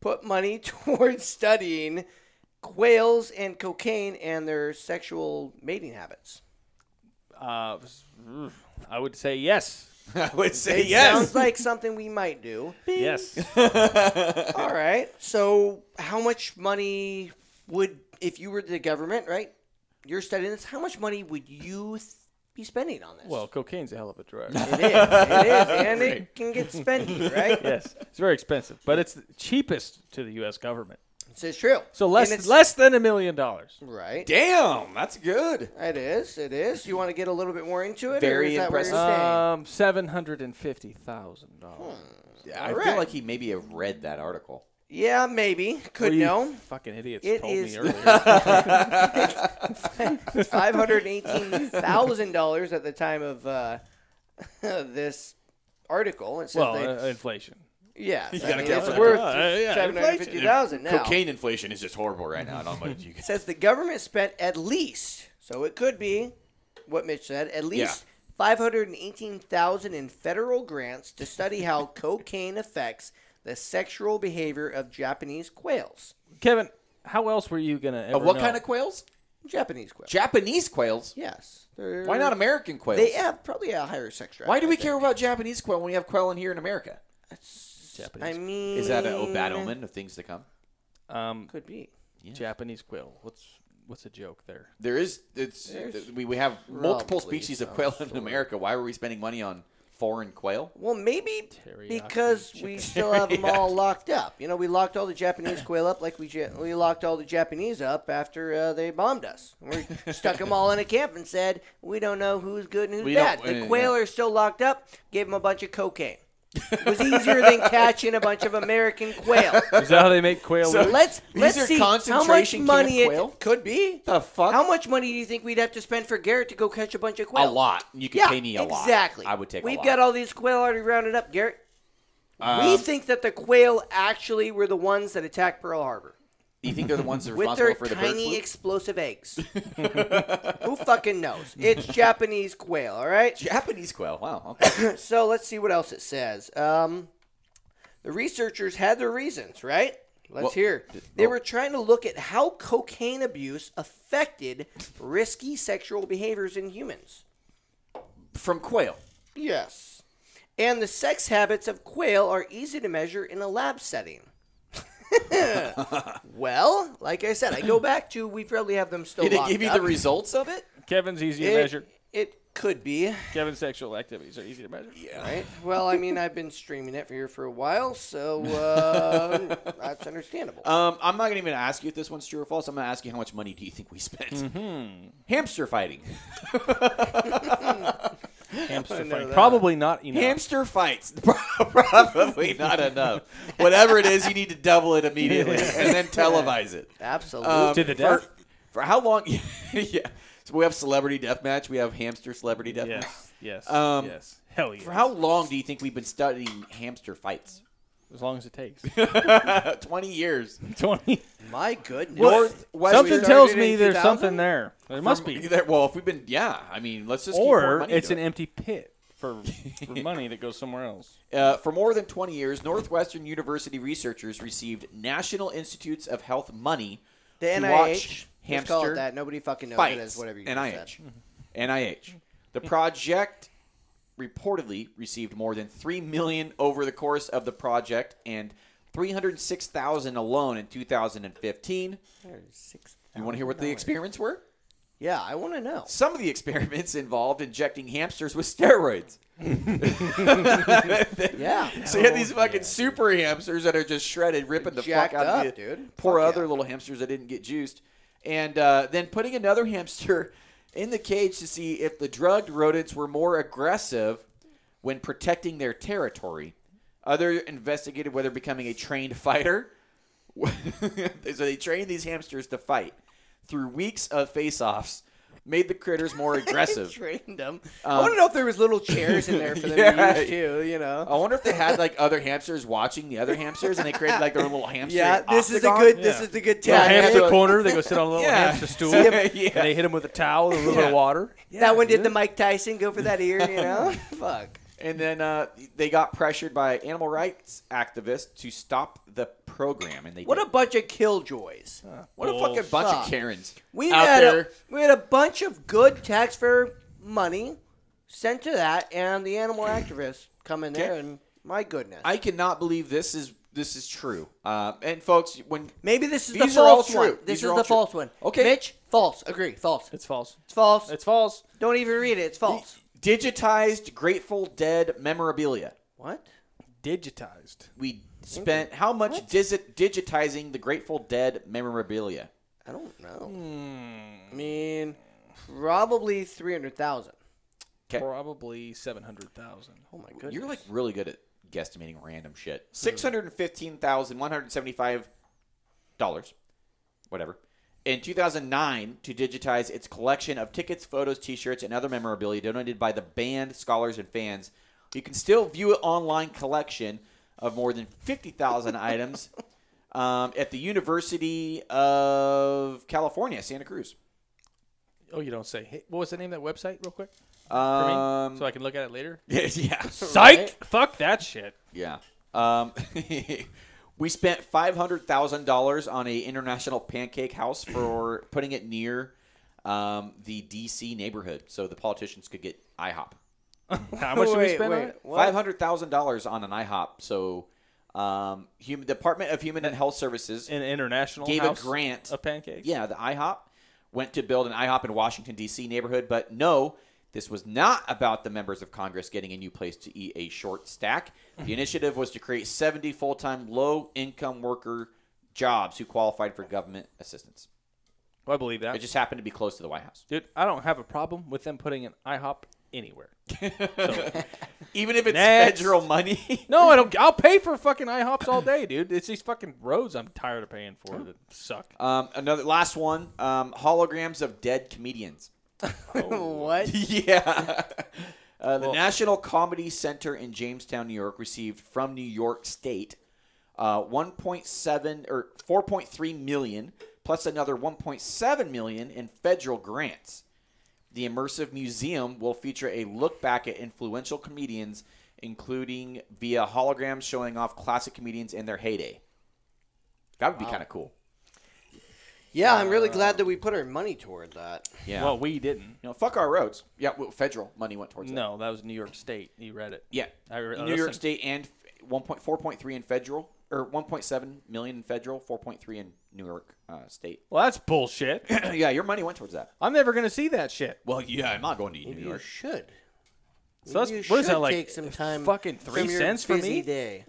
put money [laughs] towards studying quails and cocaine and their sexual mating habits?
Uh, mm, I would say yes.
[laughs] I would say
It
yes.
Sounds like something we might
[laughs]
do.
Yes.
All right. So, how much money would, if you were the government, right? You're studying this. How much money would you th- be spending on this?
Well, cocaine's a hell of
[laughs]
a drug.
it is. It is, and [laughs] it can get spendy, right?
yes, it's very expensive, but it's the cheapest to the U.S. government.
[laughs] So it's true.
So
And
less
it's-
less than a million dollars.
Right.
Damn, that's good.
It is. It is. You want to get a little bit more into it?
Very
or is that
impressive.
What you're saying?
Um, seven hundred and fifty thousand dollars.
Hmm.
Yeah, I feel
Alright.
like he maybe have read that article.
yeah, maybe. Could
[laughs]
know.
Fucking idiots
It
told
is- [laughs]
me earlier.
Five hundred eighteen thousand dollars at the time of uh, [laughs] this article. It says
well,
they,
uh, inflation.
yeah, I
gotta
mean,
count
it's
for that.
worth
Uh, yeah,
seven hundred fifty thousand now.
inflation is just horrible right now. I don't know what you
It says the government spent at least, so it could be what Mitch said, at least 518,000 in federal grants to study
[laughs]
how cocaine affects the sexual behavior of Japanese quails.
Kevin, how else were you gonna?
Uh,
[laughs]
Ever
What
know?
kind of quails?
Japanese quails.
Japanese quails.
yes. they're-
Why not American quails?
They have probably a higher sex drive.
Why do
I
we
think.
care about Japanese quail when we have quail in here in America?
I
Japanese?
mean,
Is that a oh, bad omen of things to come?
um,
Could be.
Japanese quill. What's what's a joke there?
[laughs]
There is. It's
There's
we, we have multiple
probably
species of
some
quail in
sort.
America. Why were we spending money on foreign quail?
Well, maybe
Teriyaki
because we still have
[laughs]
them all locked up. You know, we locked all the Japanese quail up like we ja- we locked all the Japanese up after uh, they bombed us. We stuck them all in a camp and said we don't know who's good and who's
We don't-
bad.
uh,
The
yeah.
quail are still locked up. Gave them a bunch of cocaine. It was easier than catching a bunch of American
[laughs]
quail.
Is that how they make quail?
So-
loot?
Let's
These
let's
are
see how much
concentration camp
money
quail?
it could be.
The fuck?
How much money do you think we'd have to spend for Garrett to go catch a bunch of quail?
a lot. You could
yeah,
pay me a lot.
exactly.
I would take.
We've
a lot.
got all these quail already rounded up, Garrett.
Um,
we think that the quail actually were the ones that attacked Pearl Harbor
You think they're the
[laughs]
ones that are
with
responsible
their
for the bird
tiny
flu?
explosive eggs.
[laughs]
Who fucking knows? It's Japanese quail, all right?
Japanese quail. Wow. Okay.
So let's see what else it says. Um, the researchers had their reasons, right? Let's
Well,
hear.
th-
They
oh.
were trying to look at how cocaine abuse affected risky sexual behaviors in humans.
From quail.
Yes. And the sex habits of quail are easy to measure in a lab setting. [laughs] well, like I said, I go back to we probably have them still.
Did it
locked
give you
up.
the results of it?
Kevin's easy to
It,
measure.
it could be.
Kevin's sexual activities are easy to measure.
All right. Well, I mean, I've been streaming it for here for a while,
[laughs]
so uh, that's understandable.
Um, I'm not gonna even ask you if this one's true or false. I'm gonna ask you how much money do you think we spent? Mm-hmm. Hamster fighting.
Hamster
know
fight.
that.
Probably not enough.
Hamster fights. [laughs] Probably not enough. Whatever it is, you need to double it [laughs] immediately and then televise it.
Absolutely.
Um,
To the
for-
death?
For how long? [laughs] yeah. So we have celebrity death match. We have hamster celebrity death match.
[laughs] Yes. Yes.
Um,
yes. Hell yeah.
For how long do you think we've been studying hamster fights? [laughs]
as long as it takes.
20 years.
[laughs] Twenty.
My goodness.
Northwest
something
Weird-
tells
started
me
in
there's
2000?
something there. There must be.
Either- well, if we've been, yeah. I mean, let's just. keep pouring
Or
money
it's an
into it.
empty pit for, [laughs] for money that goes somewhere else.
Uh, for more than 20 years, Northwestern University researchers received National Institutes of Health money
the
to
NIH.
watch
let's call
hamster
it that. Nobody fucking knows it
fights.
as whatever you
NIH.
said.
NIH. The project reportedly received more than three million over the course of the project and 306,000 alone in 2015. You want to hear what the experiments were?
Yeah, I want to
[laughs]
know.
Some of the experiments involved injecting hamsters with steroids.
Oh, Yeah.
[laughs] So you had these fucking super hamsters that are just shredded, ripping the
Jacked
fuck out
up,
of you.
dude.
Poor
Fuck
other
yeah.
little hamsters that didn't get juiced, and uh, then putting another hamster in the cage to see if the drugged rodents were more aggressive when protecting their territory. Other investigated whether becoming a trained fighter. [laughs] so they trained these hamsters to fight through weeks of face-offs, made the
[laughs]
critters more aggressive.
Trained them. I want to know if there was little chairs in there for them
Um, [laughs] Yeah. Oh,
to use too. You know.
I wonder if they had like other hamsters watching the other hamsters, and they created like their own little hamster.
yeah, this is a
octagon.
good. This
Yeah.
is the good
[laughs] Yeah,
Yeah,
tag.
hamster
yeah.
corner. They go sit on [laughs] a little
Yeah.
hamster stool,
Yeah.
and they hit him with a towel and a little bit
Yeah.
of water.
that one did the Mike Tyson go for that ear. You
[laughs]
know. Fuck.
And then uh, they got pressured by animal rights activists to stop the program, and they
What
did.
a bunch of killjoys.
what a fucking
bullshit.
bunch
Fuck.
of Karens
We
out
had
there.
a, we had a bunch of good taxpayer money sent to that, and the animal activists come in there,
Okay.
and my goodness,
I cannot believe this is this is true. Uh, and folks, when
maybe this is the
These are all
false one.
true.
This
These
is
are all
the
true.
false one.
Okay.
Mitch, false. Agree, false. It's
It's false.
false.
It's false.
Don't even read it. It's false.
digitized Grateful Dead memorabilia,
What?
Digitized.
we spent how much dis- digitizing the Grateful Dead memorabilia?
I don't know. I mean, probably three hundred thousand.
Okay.
Probably seven hundred thousand.
Oh my goodness.
You're like really good at guesstimating random shit. Six hundred and fifteen thousand one hundred seventy-five dollars, whatever. In 2009, to digitize its collection of tickets, photos, T-shirts, and other memorabilia donated by the band, scholars, and fans, you can still view an online collection of more than 50,000 items um, at the University of California, Santa Cruz.
Oh, you don't say. Hey, what was the name of that website, real quick, for me,
Um,
so I can look at it later?
[laughs] yeah,
Psych. Fuck that shit.
Yeah. Um, [laughs] we spent five hundred thousand dollars on a international pancake house for [clears throat] putting it near um, the D.C. neighborhood, so the politicians could get IHOP.
How much did we
Wait,
spend on
wait,
it?
what?
Five hundred thousand dollars on an IHOP, so um, human Department of Human and Health Services.
An international
Gave a
house
grant.
of pancakes.
yeah, the IHOP went to build an IHOP in Washington D.C. neighborhood, but no. This was not about the members of Congress getting a new place to eat a short stack. The initiative was to create 70 full time low income worker jobs who qualified for government assistance.
Well, Oh, I believe that.
It just happened to be close to the White House.
Dude, I don't have a problem with them putting an IHOP anywhere. So,
Even if it's
Next.
federal money.
[laughs]
[laughs]
No, I don't. I'll pay for fucking IHOPs all day, dude. It's these fucking roads I'm tired of paying for that suck.
Um, another last one. Um, holograms of dead comedians.
[laughs] what?
[laughs] yeah. Uh, the
Well-
National Comedy Center in Jamestown, New York, received from New York State uh, 1.7 or 4.3 million, plus another 1.7 million in federal grants. The immersive museum will feature a look back at influential comedians, including via holograms showing off classic comedians in their heyday. That would be kind of cool.
Yeah, I'm really glad that we put our money toward that.
Yeah.
Well, we didn't.
you know, fuck our roads. Yeah, well, federal money went towards that.
No, that was New York State. You read it.
Yeah,
I re-
New
I
York
listened.
State and f- 1.4.3 in federal or 1.7 million in federal, 4.3 in New York uh, State. [clears throat]
Well, that's [coughs] bullshit.
yeah, your money went towards that.
I'm never gonna see that shit.
Well, yeah, I'm not going to New
You should.
So that's,
you
what is
should
that like?
take some time.
Fucking three
from your
cents for
busy
me.
Day.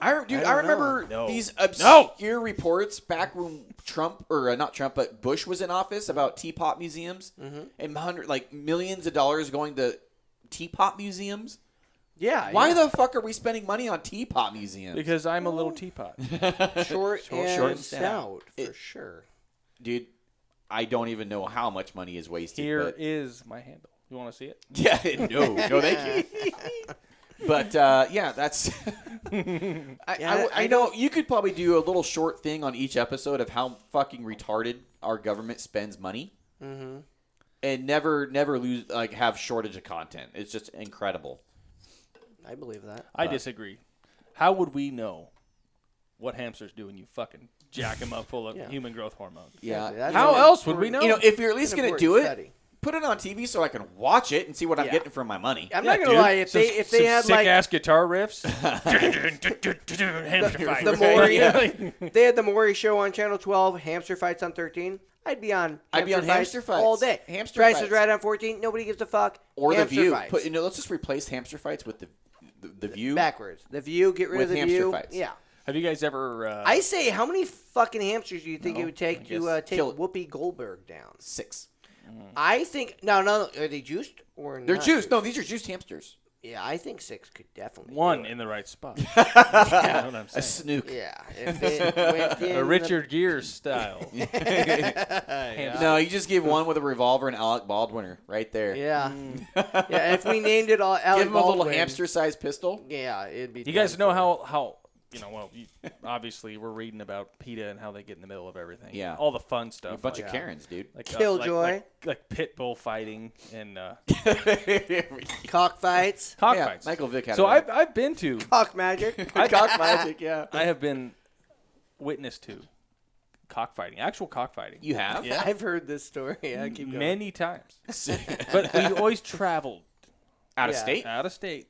I re- dude,
I
I,
don't
remember
know. No.
these
No.
obscure reports back when Trump or uh, not Trump, but Bush was in office about teapot museums
Mm-hmm.
and hundred like millions of dollars going to teapot museums.
Yeah.
Why
yeah.
the fuck are we spending money on teapot museums?
Because I'm a little teapot.
[laughs]
[laughs]
short, and
short and
stout, for
It-
sure.
dude, I don't even know how much money is wasted.
Here
but-
is my handle. You want to see it?
[laughs] Yeah,
[laughs]
no, no, thank you. but uh, yeah, that's. [laughs] I,
Yeah,
I w-
I
I know you could probably do a little short thing on each episode of how fucking retarded our government spends money,
Mm-hmm.
and never, never lose like have shortage of content. It's just incredible.
I believe that.
I disagree. How would we know what hamsters do when you fucking jack them up full of
Yeah.
human growth hormone?
Yeah.
Exactly. That's
How
an
else would we
important-
know?
you know, if you're at least
an
gonna
important
do it,
study.
put it on TV so I can watch it and see what I'm
Yeah.
getting for my money.
I'm
Yeah,
not gonna
dude.
lie. If
Some-
they if they
some
had
sick
like
ass guitar [laughs] riffs, hamster fight.
the more-
[laughs] Yeah.
they had the Maury show on Channel 12, hamster fights on 13. I'd be on.
I'd be on hamster fights.
all day.
Hamster
Price
fights.
is right on 14. Nobody gives a fuck.
Or
hamster
the View.
Fights.
Put, you know, let's just replace hamster fights with the the, the View.
backwards. The View. Get rid
With
of the
hamster
View.
fights.
Yeah.
Have you guys ever? Uh,
I say, how many fucking hamsters do you think it would
I
take
guess
to uh, take
kill it.
Whoopi Goldberg down?
Six.
I think no, no. Are they juiced or
They're
not
juiced. No, these are juiced hamsters.
Yeah, I think six could definitely do
one
it.
in the
[laughs]
right spot. You know what I'm
A
saying?
snook.
Yeah,
[laughs]
if it went in
A
the-
Richard
[laughs]
Gere style. Hamster.
No, you just give one with a revolver and Alec Baldwiner right there.
Yeah, [laughs] yeah. If we named it all, Alec
Hmm. Give him a little
Baldwin,
hamster-sized pistol.
Yeah, it'd be.
You guys
done
know
for.
how how you know? Well, you, obviously we're reading about PETA and how they get in the middle of everything.
Yeah.
all the fun stuff.
A bunch
like,
of Karens, dude.
like,
Killjoy.
like, like, like pit bull fighting and
[laughs]
uh,
cockfights,
yeah,
cockfights.
Michael Vick had
so
it.
I've I've been to
cock
[laughs]
magic.
cock magic. Yeah,
I have been witness to cockfighting, actual cockfighting.
[laughs] you have. [laughs]
Yeah.
I've heard this story. Yeah, keep going.
many times, but
[laughs]
we always traveled
out of
Yeah.
state,
out of state,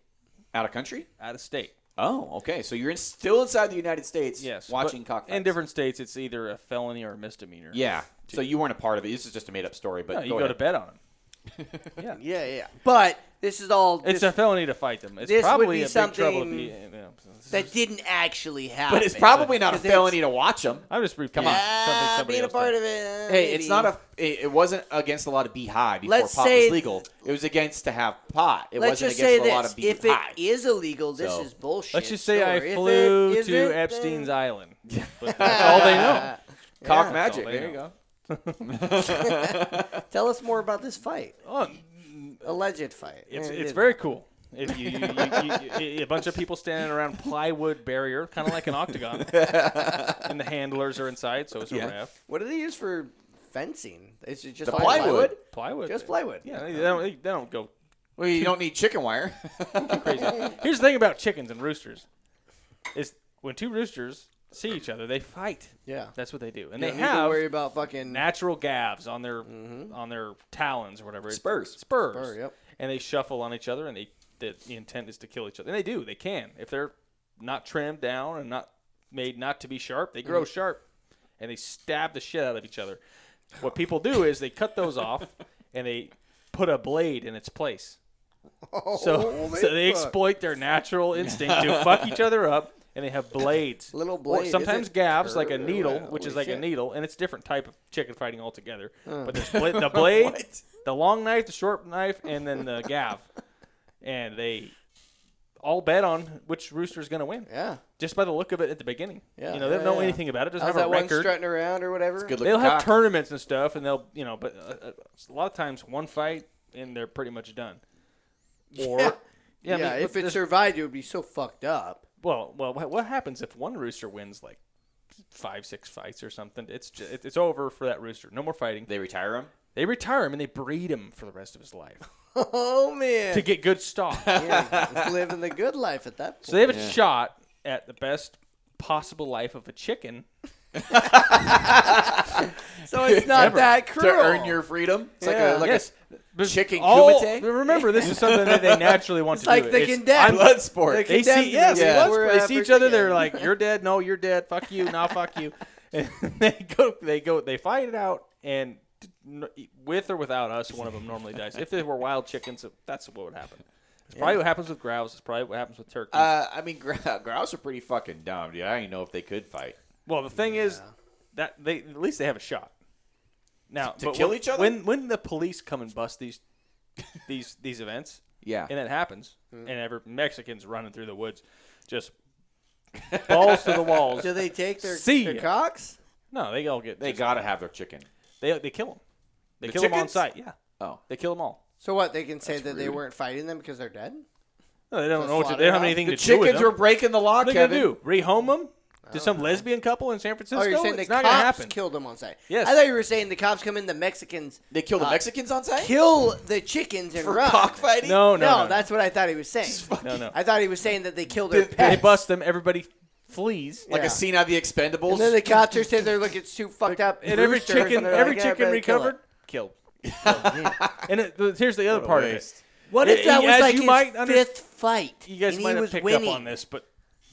out of country.
out of state.
Oh, okay. So you're in, still inside the United States.
Yes,
watching
but
cockfights
in different states, it's either a felony or a misdemeanor.
Yeah. So you weren't a part of it. This is just a made-up story. But
No, you go, to
ahead.
bed on them.
Yeah, yeah. But this is all
It's a
this,
felony to fight them. It's
this would
probably
be
a big trouble to
something
be. You know,
that didn't actually happen.
But it's probably not a
'Cause it's-
felony to watch them.
I'm just repeating
on.
something
Ah,
somebody
being a
else
part
did.
of it.
Hey,
maybe.
it's not a. It, it wasn't against the law to be high before
Let's
pot
say-
was legal. It was against to have pot. It
Let's
wasn't
just say
against the law
this:
to be
if it
high.
is illegal, this
So-
is bullshit.
Let's just say I
story. If
flew
it isn't,
to
then- [laughs]
Epstein's Island. But that's all they know.
Cock
Yeah.
magic.
That's all they
There you go.
Tell us more about this fight.
Oh,
Alleged fight.
it's
Yeah, it
it's
is.
very cool. If you, you, you,
[laughs]
you- you- a bunch of people standing around plywood barrier, kind of like
[laughs]
an octagon, and the handlers are inside, so it's a
Yeah.
raft.
What do they use for fencing? Is it just
The
like
plywood.
Plywood,
Just plywood.
Yeah, they they don't, they don't go
Well, you don't need chicken wire. [laughs]
[laughs]
crazy. Here's the thing about chickens and roosters: is when two roosters see each other, they fight.
Yeah.
That's what they do, and
You
they
don't need to
have
worry about fucking.
natural galves on their on their talons or whatever. It's-
Spurs.
Spur,
Spurs.
Mm-hmm. yep.
And they shuffle on each other, and they the, the intent is to kill each other, and they do. They can if they're not trimmed down and not made not to be sharp. They
Mm-hmm.
grow sharp, and they stab the shit out of each other. What people do is they
[laughs]
cut those off, and they put a blade in its place. So,
Holy
[laughs] so they
Oh, fuck.
exploit their
[laughs]
natural instinct to fuck each other up, and they have blades.
Little
Or
blade, is
sometimes
it?
gaffs, like a
Wow,
needle, which is
holy
like a
shit.
needle, and it's different type of chicken fighting altogether.
[laughs]
But there's split the blade, the long knife, the short knife, and then the gaff, and they all bet on which rooster's going to win
Yeah.
just by the look of it at the beginning.
Yeah.
you know they don't
Yeah,
know
yeah.
anything about it. Doesn't
How's
have
that
a
one
record.
strutting around or whatever?
Good
They'll
looking
have
cock.
tournaments and stuff, and they'll you know, but uh, uh, a lot of times one fight and they're pretty much done. Or
Yeah.
yeah, I
yeah,
mean,
if
but
it
there's-
survived, it would be so fucked up. [laughs]
well, well, what what happens if one rooster wins like five, six fights or something? It's ju- it it's over for that rooster. No more fighting.
They retire [laughs] him.
They retire him and they breed him for the rest of
[laughs]
his life
Oh man,
to get good stock.
yeah, he's living the good life at that point.
So they have a shot at the best possible life of a chicken.
So it's not
Ever.
that
to
cruel.
earn your freedom. It's
Yeah.
like a like
yes. But
chicken
all,
kumite?
Remember, this is something that they naturally want
It's
to
like
do.
the
It's-
a
condemned.
blood sport.
They-
[laughs]
They
condemned
see,
to
yes,
the
blood
West
sport. they see each other. They're
African. [laughs]
like, "You're dead. No, you're dead. Fuck you. Now, fuck you." [laughs] And they go, they go, they fight it out, and with or without us, one of them normally dies. If they were wild chickens, that's what would happen. It's probably what happens with grouse. It's probably what happens with turkeys.
Uh, I mean, gr- [laughs] grouse are pretty fucking dumb, dude. I didn't know if they could fight.
well, the thing is that they at least they have a shot. Now,
To
but
kill
when,
each other?
When when the police come and bust these these these events,
Yeah. Mm.
and it happens, and every Mexicans running through the woods,
[laughs]
just balls to the walls.
Do they take their,
See
their
ya.
cocks?
No, they all get
They
just-
gotta have their chicken.
they they kill them. They
The
kill them on
chickens?
site. Yeah,
Oh.
they kill them all.
So what? They can say that they weren't fighting them because they're dead.
No, they
So
don't know what to,
slaughter
they don't have
them?
anything
The
to do with
chickens
them.
were breaking the law,
what are they
Kevin.
gonna do? Rehome them to some lesbian couple in San Francisco?
oh, you're saying the
it's not gonna
cops
happen.
killed them on site.
Yes.
I thought you were saying the cops come in, the Mexicans
They kill the
Uh,
Mexicans on site
kill the chickens and
for
run.
cockfighting.
No, no,
No,
no, no.
that's what I thought he was saying.
[laughs]
no, no.
I thought he was saying that they killed their
They
pets.
bust them. Everybody flees.
like
Yeah.
a scene out of the Expendables.
And then the cops are sitting there looking too fucked up.
and every
roosters,
chicken,
and they're
every
like, "Yeah,
chicken
better kill it."
recovered, killed. and it, the, here's the other
What a
part of it.
waste.
What
Yeah,
if that
you-
was
as
like
you
his
might under-
fifth fight?
You guys
and
might
he
have
was
picked
winning.
up on this, but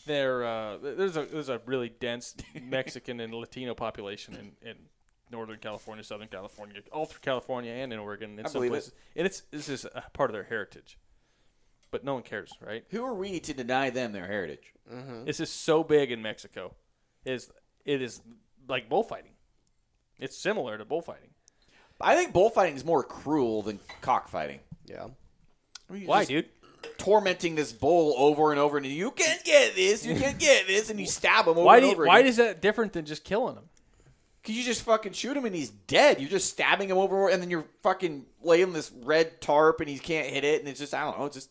there, uh, there's a there's a really dense [laughs] Mexican and Latino population in, in Northern California, Southern California, all through California and in Oregon, in
I
some
believe it.
places, and it's this is a part of their heritage. But no one cares, right?
Who are we to deny them their heritage?
This is so big in Mexico. It Is it is like bullfighting? It's similar to bullfighting.
I think bullfighting is more cruel than cockfighting.
Yeah.
Why,
Just
dude?
Tormenting this bull over and over, and you can't get this, you can't get this,
[laughs]
and you stab him over
Why
and
do you,
over.
why
again.
is that different than just killing them?
Cause you just fucking shoot him and he's dead. You're just stabbing him over and over, and then you're fucking laying this red tarp and he can't hit it. And it's just I don't know. It's just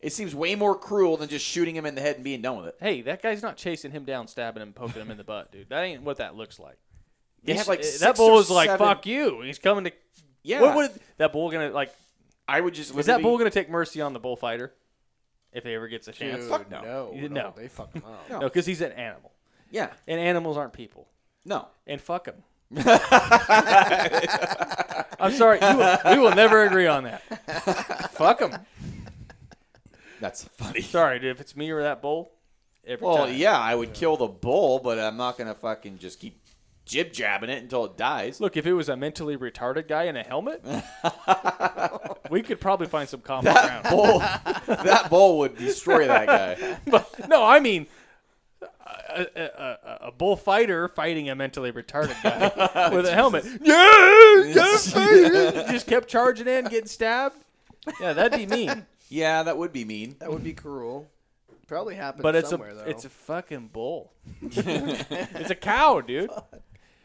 it seems way more cruel than just shooting him in the head and being done with it.
Hey, that guy's not chasing him down, stabbing him, poking him in the butt, dude. That ain't what that looks like.
They
He's-
have like
uh,
six
that bull
or
is like
seven-
fuck you. He's coming to
Yeah.
What would that bull gonna like?
I would just
Is that bull gonna take mercy on the bullfighter if he ever gets a chance?
Fuck no.
No,
You-
no,
no.
They fuck them up.
No, because he's an animal,
Yeah.
and animals aren't people.
No.
And
[laughs]
fuck him. I'm sorry. You will, we will never agree
[laughs]
on that. fuck him.
That's [laughs] funny.
Sorry, dude. If it's me or that bull, every
Well,
time.
yeah, I would kill the bull, but I'm not gonna fucking just keep jib jabbing it until it dies.
Look, if it was a mentally retarded guy in a helmet, we could probably find some common ground. [laughs]
Bull, [laughs] that bull would destroy that guy.
But no, I mean a, a, a, a bullfighter fighting a mentally retarded guy with a helmet. Yeah, yeah, just kept charging in, getting stabbed. Yeah, that'd be mean.
Yeah, that would be mean.
That would be cruel. Probably happened
But it's a
somewhere though.
it's a fucking bull. [laughs] it's a cow, dude.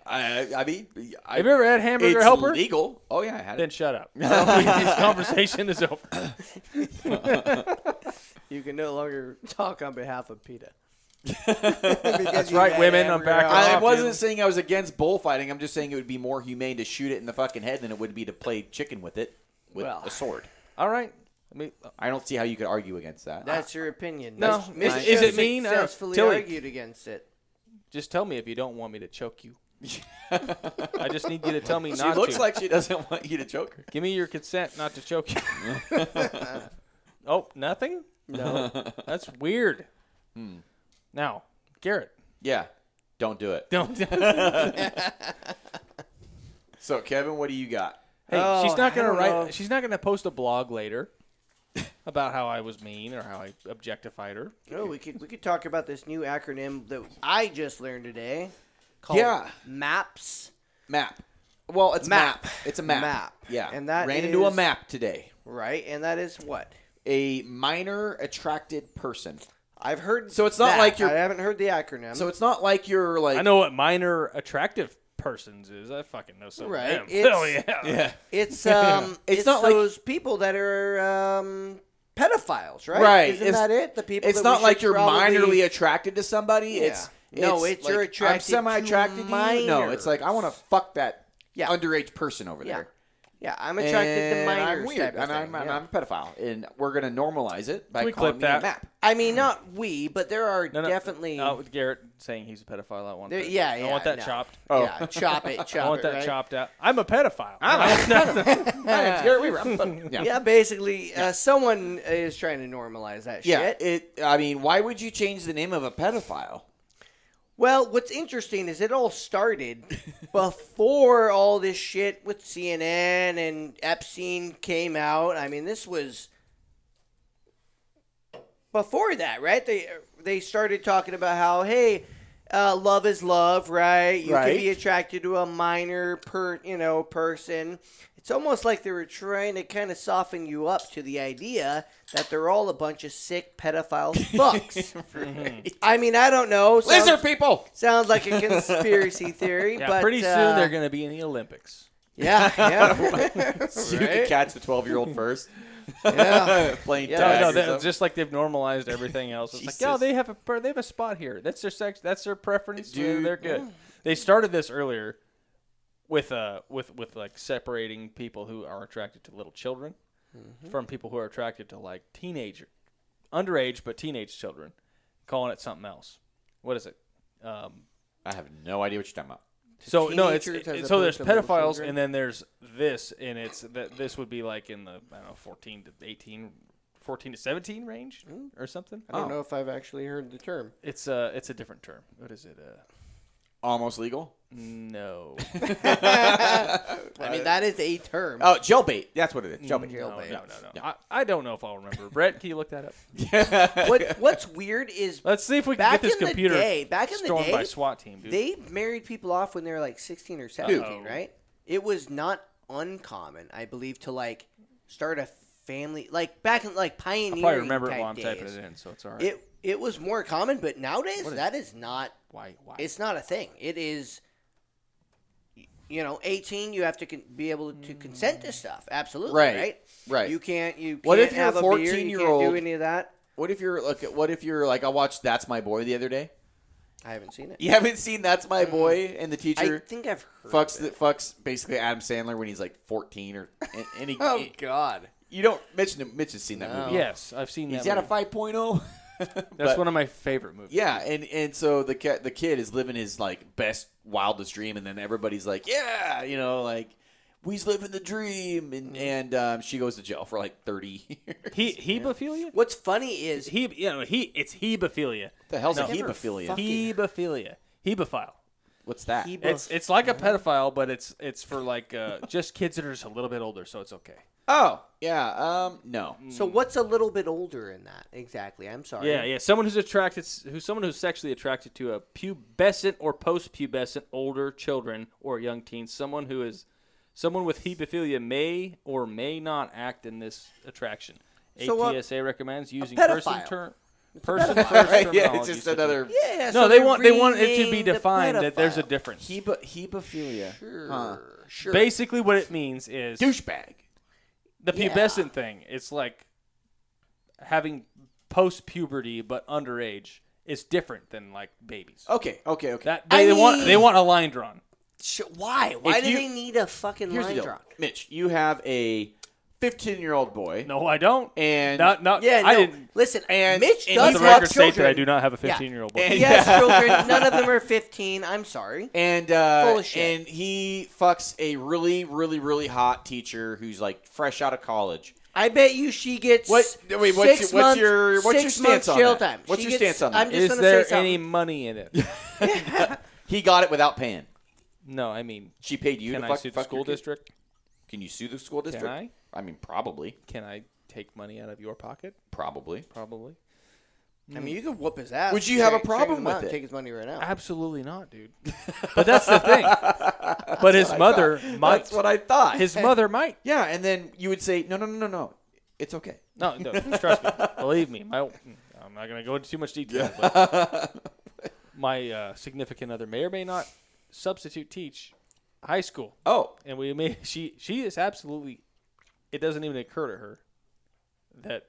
I, I mean, I,
Have you ever had hamburger
it's
helper?
legal. Oh yeah, I had
Then
it.
shut up. this conversation is over.
you can no longer [laughs] talk on behalf of
[laughs]
PETA. That's
right, women, I'm back
I
off,
wasn't
dude.
saying I was against bullfighting. I'm just saying it would be more humane to shoot it in the fucking head than it would be to play chicken with it with
Well.
a sword.
All right. I mean,
I don't see how you could argue against that.
That's your opinion.
No,
Mr.
is-
Mr.
is it
Jones
mean? I don't-
Successfully
Tilly.
argued against it.
just tell me if you don't want me to
[laughs]
choke you. I just need you to tell me
she
not to.
looks like she doesn't [laughs] want you to choke her.
Give me your consent not to choke
[laughs]
you. oh, nothing? No. That's weird.
Hmm.
Now, Garrett.
Yeah, don't do it.
Don't. [laughs] hey,
So Kevin, what do you got?
Oh,
she's not
I
gonna
don't
write.
know.
She's not gonna post a blog later about how I was mean or how I objectified her.
Oh, we could we could talk about this new acronym that I just learned today called
Yeah.
MAPS.
Map. Well, it's map.
Map.
It's a map.
Map.
Yeah,
And that
ran into a
is-
map today.
Right, and that is what
a minor attracted person.
I've heard.
So it's not
that.
like you're-
I haven't heard the acronym.
So it's not like you're like
I know [laughs] what minor attractive persons is. I fucking know some
Right,
of them. [laughs]
it's-
Hell yeah.
[laughs] yeah.
it's um.
It's
it's,
not like-
those people that are um pedophiles, right?
Right,
Isn't
it's-
that it? The people.
It's
that we
not like
should
you're
probably-
minorly attracted to somebody. It's
No, it's you're
like, I'm
attracted to
semi attracted to you. No, it's like I want to fuck that
Yeah.
underage person over
Yeah.
there.
Yeah, I'm attracted to
And
minors.
I'm weird,
type of
and
thing,
I'm, and
yeah.
I'm a pedophile, and we're gonna normalize it by
Can we
calling
clip
me
that?
a map.
I mean, not we, but there are
No, no,
definitely.
No, with Garrett saying he's a pedophile. I want
There-
that.
yeah,
I want
yeah,
that
no. Oh,
chopped.
Oh.
Yeah, chop it, chop
[laughs] I want
it.
that
right?
chopped out. I'm a pedophile. [laughs]
My name's Garrett Weaver. I'm a pedophile. yeah.
Yeah, basically, Uh, someone is trying to normalize that
Yeah,
shit.
it. I mean, why would you change the name of
[laughs]
a pedophile? [laughs]
Well, what's interesting is it all started before all this shit with CNN and Epstein came out. I mean, this was before that, right? They they started talking about how hey, uh, love is love, right? You
Right.
can be attracted to a minor per you know person. It's almost like they were trying to kind of soften you up to the idea that they're all a bunch of sick pedophile fucks. I mean, I don't know. Sounds-
[laughs] Lizard people.
Sounds like
[laughs]
a conspiracy theory,
yeah,
but
pretty soon
uh,
they're going to be in the Olympics. [laughs]
Yeah, yeah,
So you could
Right?
catch the 12 year old first
yeah.
[laughs] playing
Yeah.
No,
tag.
Oh, no,
or
they're-
something.
just like they've normalized everything else. It's like, oh,
Jesus.
they have a per- they have a spot here. That's their sex. That's their preference. Dude.
Dude.
They're good. They started this earlier with uh with with like separating people who are attracted to little children
Mm-hmm.
from people who are attracted to like teenager, underage but teenage children, calling it something else. What is it? Um,
I have no idea what you're talking about.
so no, it's
teenagers
it-
as
so
opposed
there's
to little
pedophiles,
children?
and then there's this, and it's that this would be like in the I don't know 14 to 18, 14 to 17 range or something.
Mm. I don't know if I've actually heard the term.
It's a it's a different term. What is it? Uh,
Almost legal.
[laughs]
no,
I
Uh,
mean, that is a term.
Oh, jailbait. That's what it is.
no,
Jailbait. [laughs]
no, no,
Mm, Jailbait.
no. I, I don't know if I'll remember. Brett, can you look that
[laughs]
up?
What What's weird is
Let's see if we can
back
get this
in the
computer
day, back in the
stormed
day,
by SWAT team, dude.
they married people off when they were like sixteen or 17
Uh-oh.
right? It was not uncommon, I believe, to like start a family, like back in like pioneering.
I probably remember it while I'm
type
typing
days.
it in, so it's all right.
It it was more common, but nowadays that is not
why? Why?
It's not a thing. It is, you know, 18. You have to con- be able to
Mm.
consent to stuff. Absolutely,
Right,
right?
right.
You can't. You can't
What if you're
have
a
a beer. You can't
14-year-old?
do any of that.
What if you're like? What if you're like? I watched That's My Boy the other day. Mm-hmm.
I haven't seen it.
You haven't seen That's My Boy and the
I
teacher
think I've heard.
fucks
of
the,
it.
fucks basically Adam Sandler when he's like 14 or and, and [laughs] he,
Oh God.
you don't Mitch Mitch has seen that
No.
movie.
yes, I've seen that.
He's at a
movie.
[laughs] 5.0.
That's
but-
one of my favorite movies.
Yeah, and and so the ki- the kid is living his like best wildest dream, and then everybody's like, yeah, you know, like we's living the dream, and and um, she goes to jail for like thirty [laughs] years.
He hebephilia.
What's funny is
He you know he it's hebephilia.
the hell's
No.
a hebephilia?
Fuck-
Hebephilia. Hebophile.
What's that?
Hebe-
It's it's like a pedophile, but it's it's for like uh, [laughs] just kids that are just a little bit older, so it's okay.
oh, yeah. Um, no.
Mm.
so. What's a little bit older in that exactly? I'm sorry.
Yeah, yeah. Someone who's attracted, who's someone who's sexually attracted to a pubescent or post-pubescent older children or young teens. Someone who is, someone with hebephilia may or may not act in this attraction.
So, uh,
ATSA recommends using
pedophile.
person term, person
[laughs]
[laughs] first
yeah, it's just another
Yeah,
No,
so
they
they're
want they want it to be
renaming the
defined that there's a
pedophile.
difference.
hebe- hebephilia.
Sure,
Huh.
sure.
Basically, what it means is
Douchebag.
the
Yeah.
pubescent thing it's like having post puberty but underage is different than like babies
Okay, okay, okay.
that
I
they, they want
mean-
they want a line drawn
Sh- Why? Why
If
do
you-
they need a fucking
Here's the
line
deal,
drawn?
Mitch. You have a fifteen-year-old boy.
no i don't
And
not not
Yeah, no.
i didn't
Listen,
And-
Mitch does
and
let
he's
the
have
got
record
children.
state that i do not have a 15 year old boy
And- [laughs]
Yes, children. None of them are 15. I'm sorry.
and uh,
Full of shit.
and he fucks a really really really hot teacher who's like fresh out of college.
I bet you she gets
What- wait, what's
six
your- what's
months-
your- what's your
six
stance
months
on
jail
that?
time.
What's
She
your
gets-
stance on
I'm
that?
just
is
gonna
there
say something.
any money in it
He got it without paying.
no i mean
She paid you
can
to
i
fuck,
sue the
fuck your
school
kid?
district
Can you sue the school district?
I?
mean, probably,
can i take money out of your pocket
probably.
probably
I mean, you could whoop his ass.
Would you have a
Train- train
problem
him
with
out and
it?
Take his money right now.
absolutely not dude but that's the thing but his mother might
That's what I thought.
his mother might
yeah, and then you would say, no, no, no, no, no. It's okay.
No, no trust me. Believe me. My, I'm not going to go into too much detail. But
[laughs]
my uh, significant other may or may not substitute teach high school,
Oh,
and we may [laughs] she she is absolutely. It doesn't even occur to her that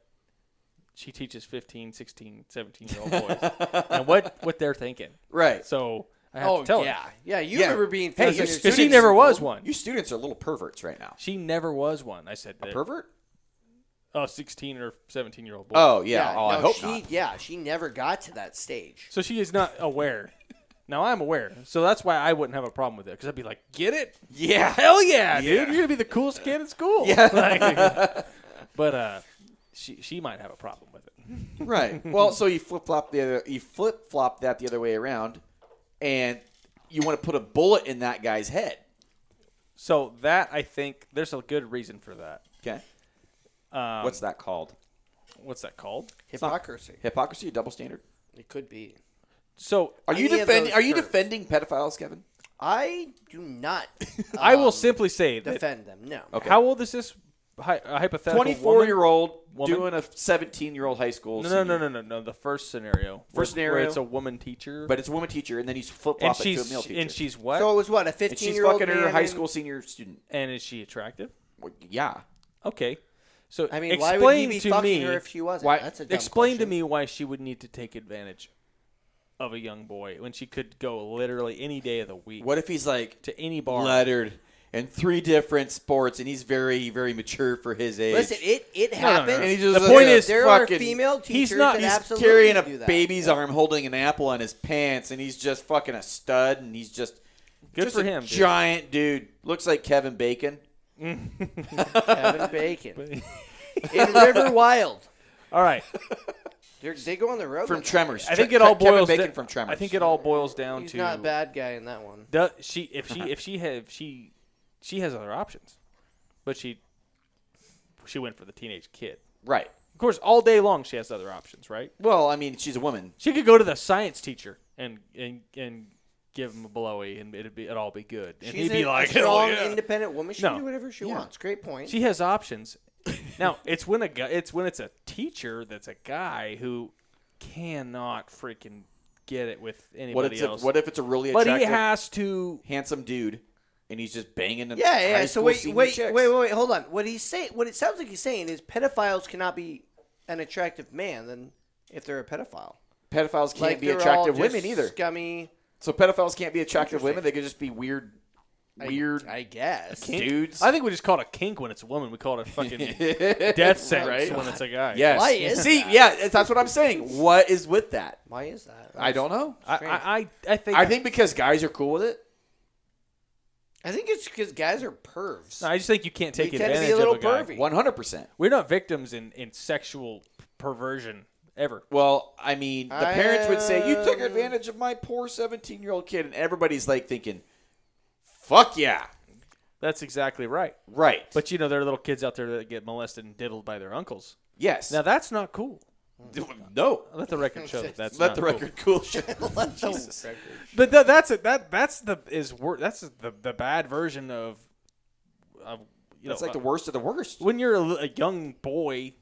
she teaches 15, 16, 17 year
[laughs]
old boys, and what what they're thinking.
right.
So I have
Oh
to tell
yeah,
her
yeah. You
Yeah.
remember being
Hey,
hey,
your
because she
students-
never was one.
You students are little perverts right now.
She never was one. I said
A
that-
pervert?
Oh, 16 or 17 year old boy.
Oh yeah. oh, I
no,
hope
she,
not.
Yeah, she never got to that stage.
So she is not aware. Now I'm aware, so that's why I wouldn't have a problem with it because I'd be like, "Get it,
[laughs] Yeah.
hell yeah, dude! You're gonna be the coolest kid at school."
Yeah.
[laughs] Like, but uh, she she might have a problem with it.
right. Well, so you flip flop the other, you flip flop that the other way around, and you want to put a bullet in that guy's head.
So that I think there's a good reason for that.
Okay.
Um,
What's that called?
what's that called?
Hypocrisy.
Hypocrisy, double standard.
It could be.
So
Are you
Any of
defending?
those
Are you
terms.
defending pedophiles, Kevin?
I do
[laughs]
not.
I will
um,
simply say that.
defend them. No.
Okay.
How old is this hy- uh, hypothetical?
Twenty-four
woman?
year old
Woman?
doing a seventeen-year-old high school.
No, no, no,
senior.
no, no, no. The first scenario. Where-
First
Where
scenario.
it's a woman teacher,
But it's a woman teacher, and then he's flip
and
flop it to a
she's
male teacher.
and she's what?
So it was what a
And she's
fifteen-year-old
fucking her
man
high
and-
school senior student.
and is she attractive?
Well, yeah.
Okay. So
I mean,
explain
why would he be
to
fucking
me
her if she wasn't?
why-
That's a dumb
explain to
question.
me why she would need to take advantage of a young boy when she could go literally any day of the week
What if he's like
to any bar.
lettered in three different sports, and he's very, very mature for his age?
Listen, it it
no, no.
happens.
And he just
The point is
there
fucking-
are female teachers
he's not-
that
he's
absolutely
carrying a
do that.
baby's arm, holding an apple on his pants, and he's just fucking a stud, and he's just
Good
just
for
a
him, dude.
Giant dude, looks like Kevin Bacon.
[laughs]
[laughs]
Kevin Bacon in River Wild. [laughs]
all right.
They're, they go on the road
from
with that.
Tremors.
I think
Tre-
it all
Kevin
boils
Bacon
down,
from Tremors.
I think it all boils down
He's
to
not a bad guy in that one.
Does she if she if she had if she she has other options. But she she went for the teenage kid.
right.
Of course, all day long she has other options, right?
Well, I mean, she's a woman.
She could go to the science teacher and and and give him a blowy, and it'd be it'd all be good. And
She's
he'd be
a,
like, [laughs]
a
"Hell
strong,
yeah."
independent woman. She
No.
can do whatever she wants. Great point.
She has options. now it's when a guy, it's when it's a teacher that's a guy who cannot freaking get it with
What
anybody
if
else.
it's a, what if it's a really
but
attractive,
he has to.
handsome dude, and he's just banging the
yeah,
High
yeah. So
school
wait,
senior
wait,
chicks?
wait, wait, wait. Hold on. What he's saying, what it sounds like he's saying is pedophiles cannot be an attractive man then if they're a pedophile.
Pedophiles can't
Like
be
they're all
attractive
just
women either.
Scummy.
So pedophiles can't be attractive women. They could just be weird, weird.
I guess.
kink.
dudes.
I think we just call it a kink when it's a woman. We call it
[laughs]
a fucking death sentence
Right.
when it's a guy.
yes.
Why is
See,
that?
yeah, that's what I'm saying. What is with that?
Why is that?
I don't know.
I I, I, I think
I think because guys are cool with it.
I think it's because guys are pervs.
I just think you can't take
We tend to be a
advantage
little
of a guy.
pervy.
One hundred percent.
We're not victims in in sexual perversion ever.
Well, I mean, the parents would say, "You took
Um,
advantage of my poor seventeen-year-old kid," and everybody's like thinking, "Fuck yeah,
That's exactly right.
right."
But you know, there are little kids out there that get molested and diddled by their uncles.
yes,
Now that's not cool.
no.
Let the record show that that's
Let
not
the
cool.
record cool. [laughs]
[laughs]
Let Jesus.
But tha- that's it. That that's the is wor- that's the the bad version of, of you
That's
know,
like
uh,
the worst of the worst.
when you're a, li- a young boy.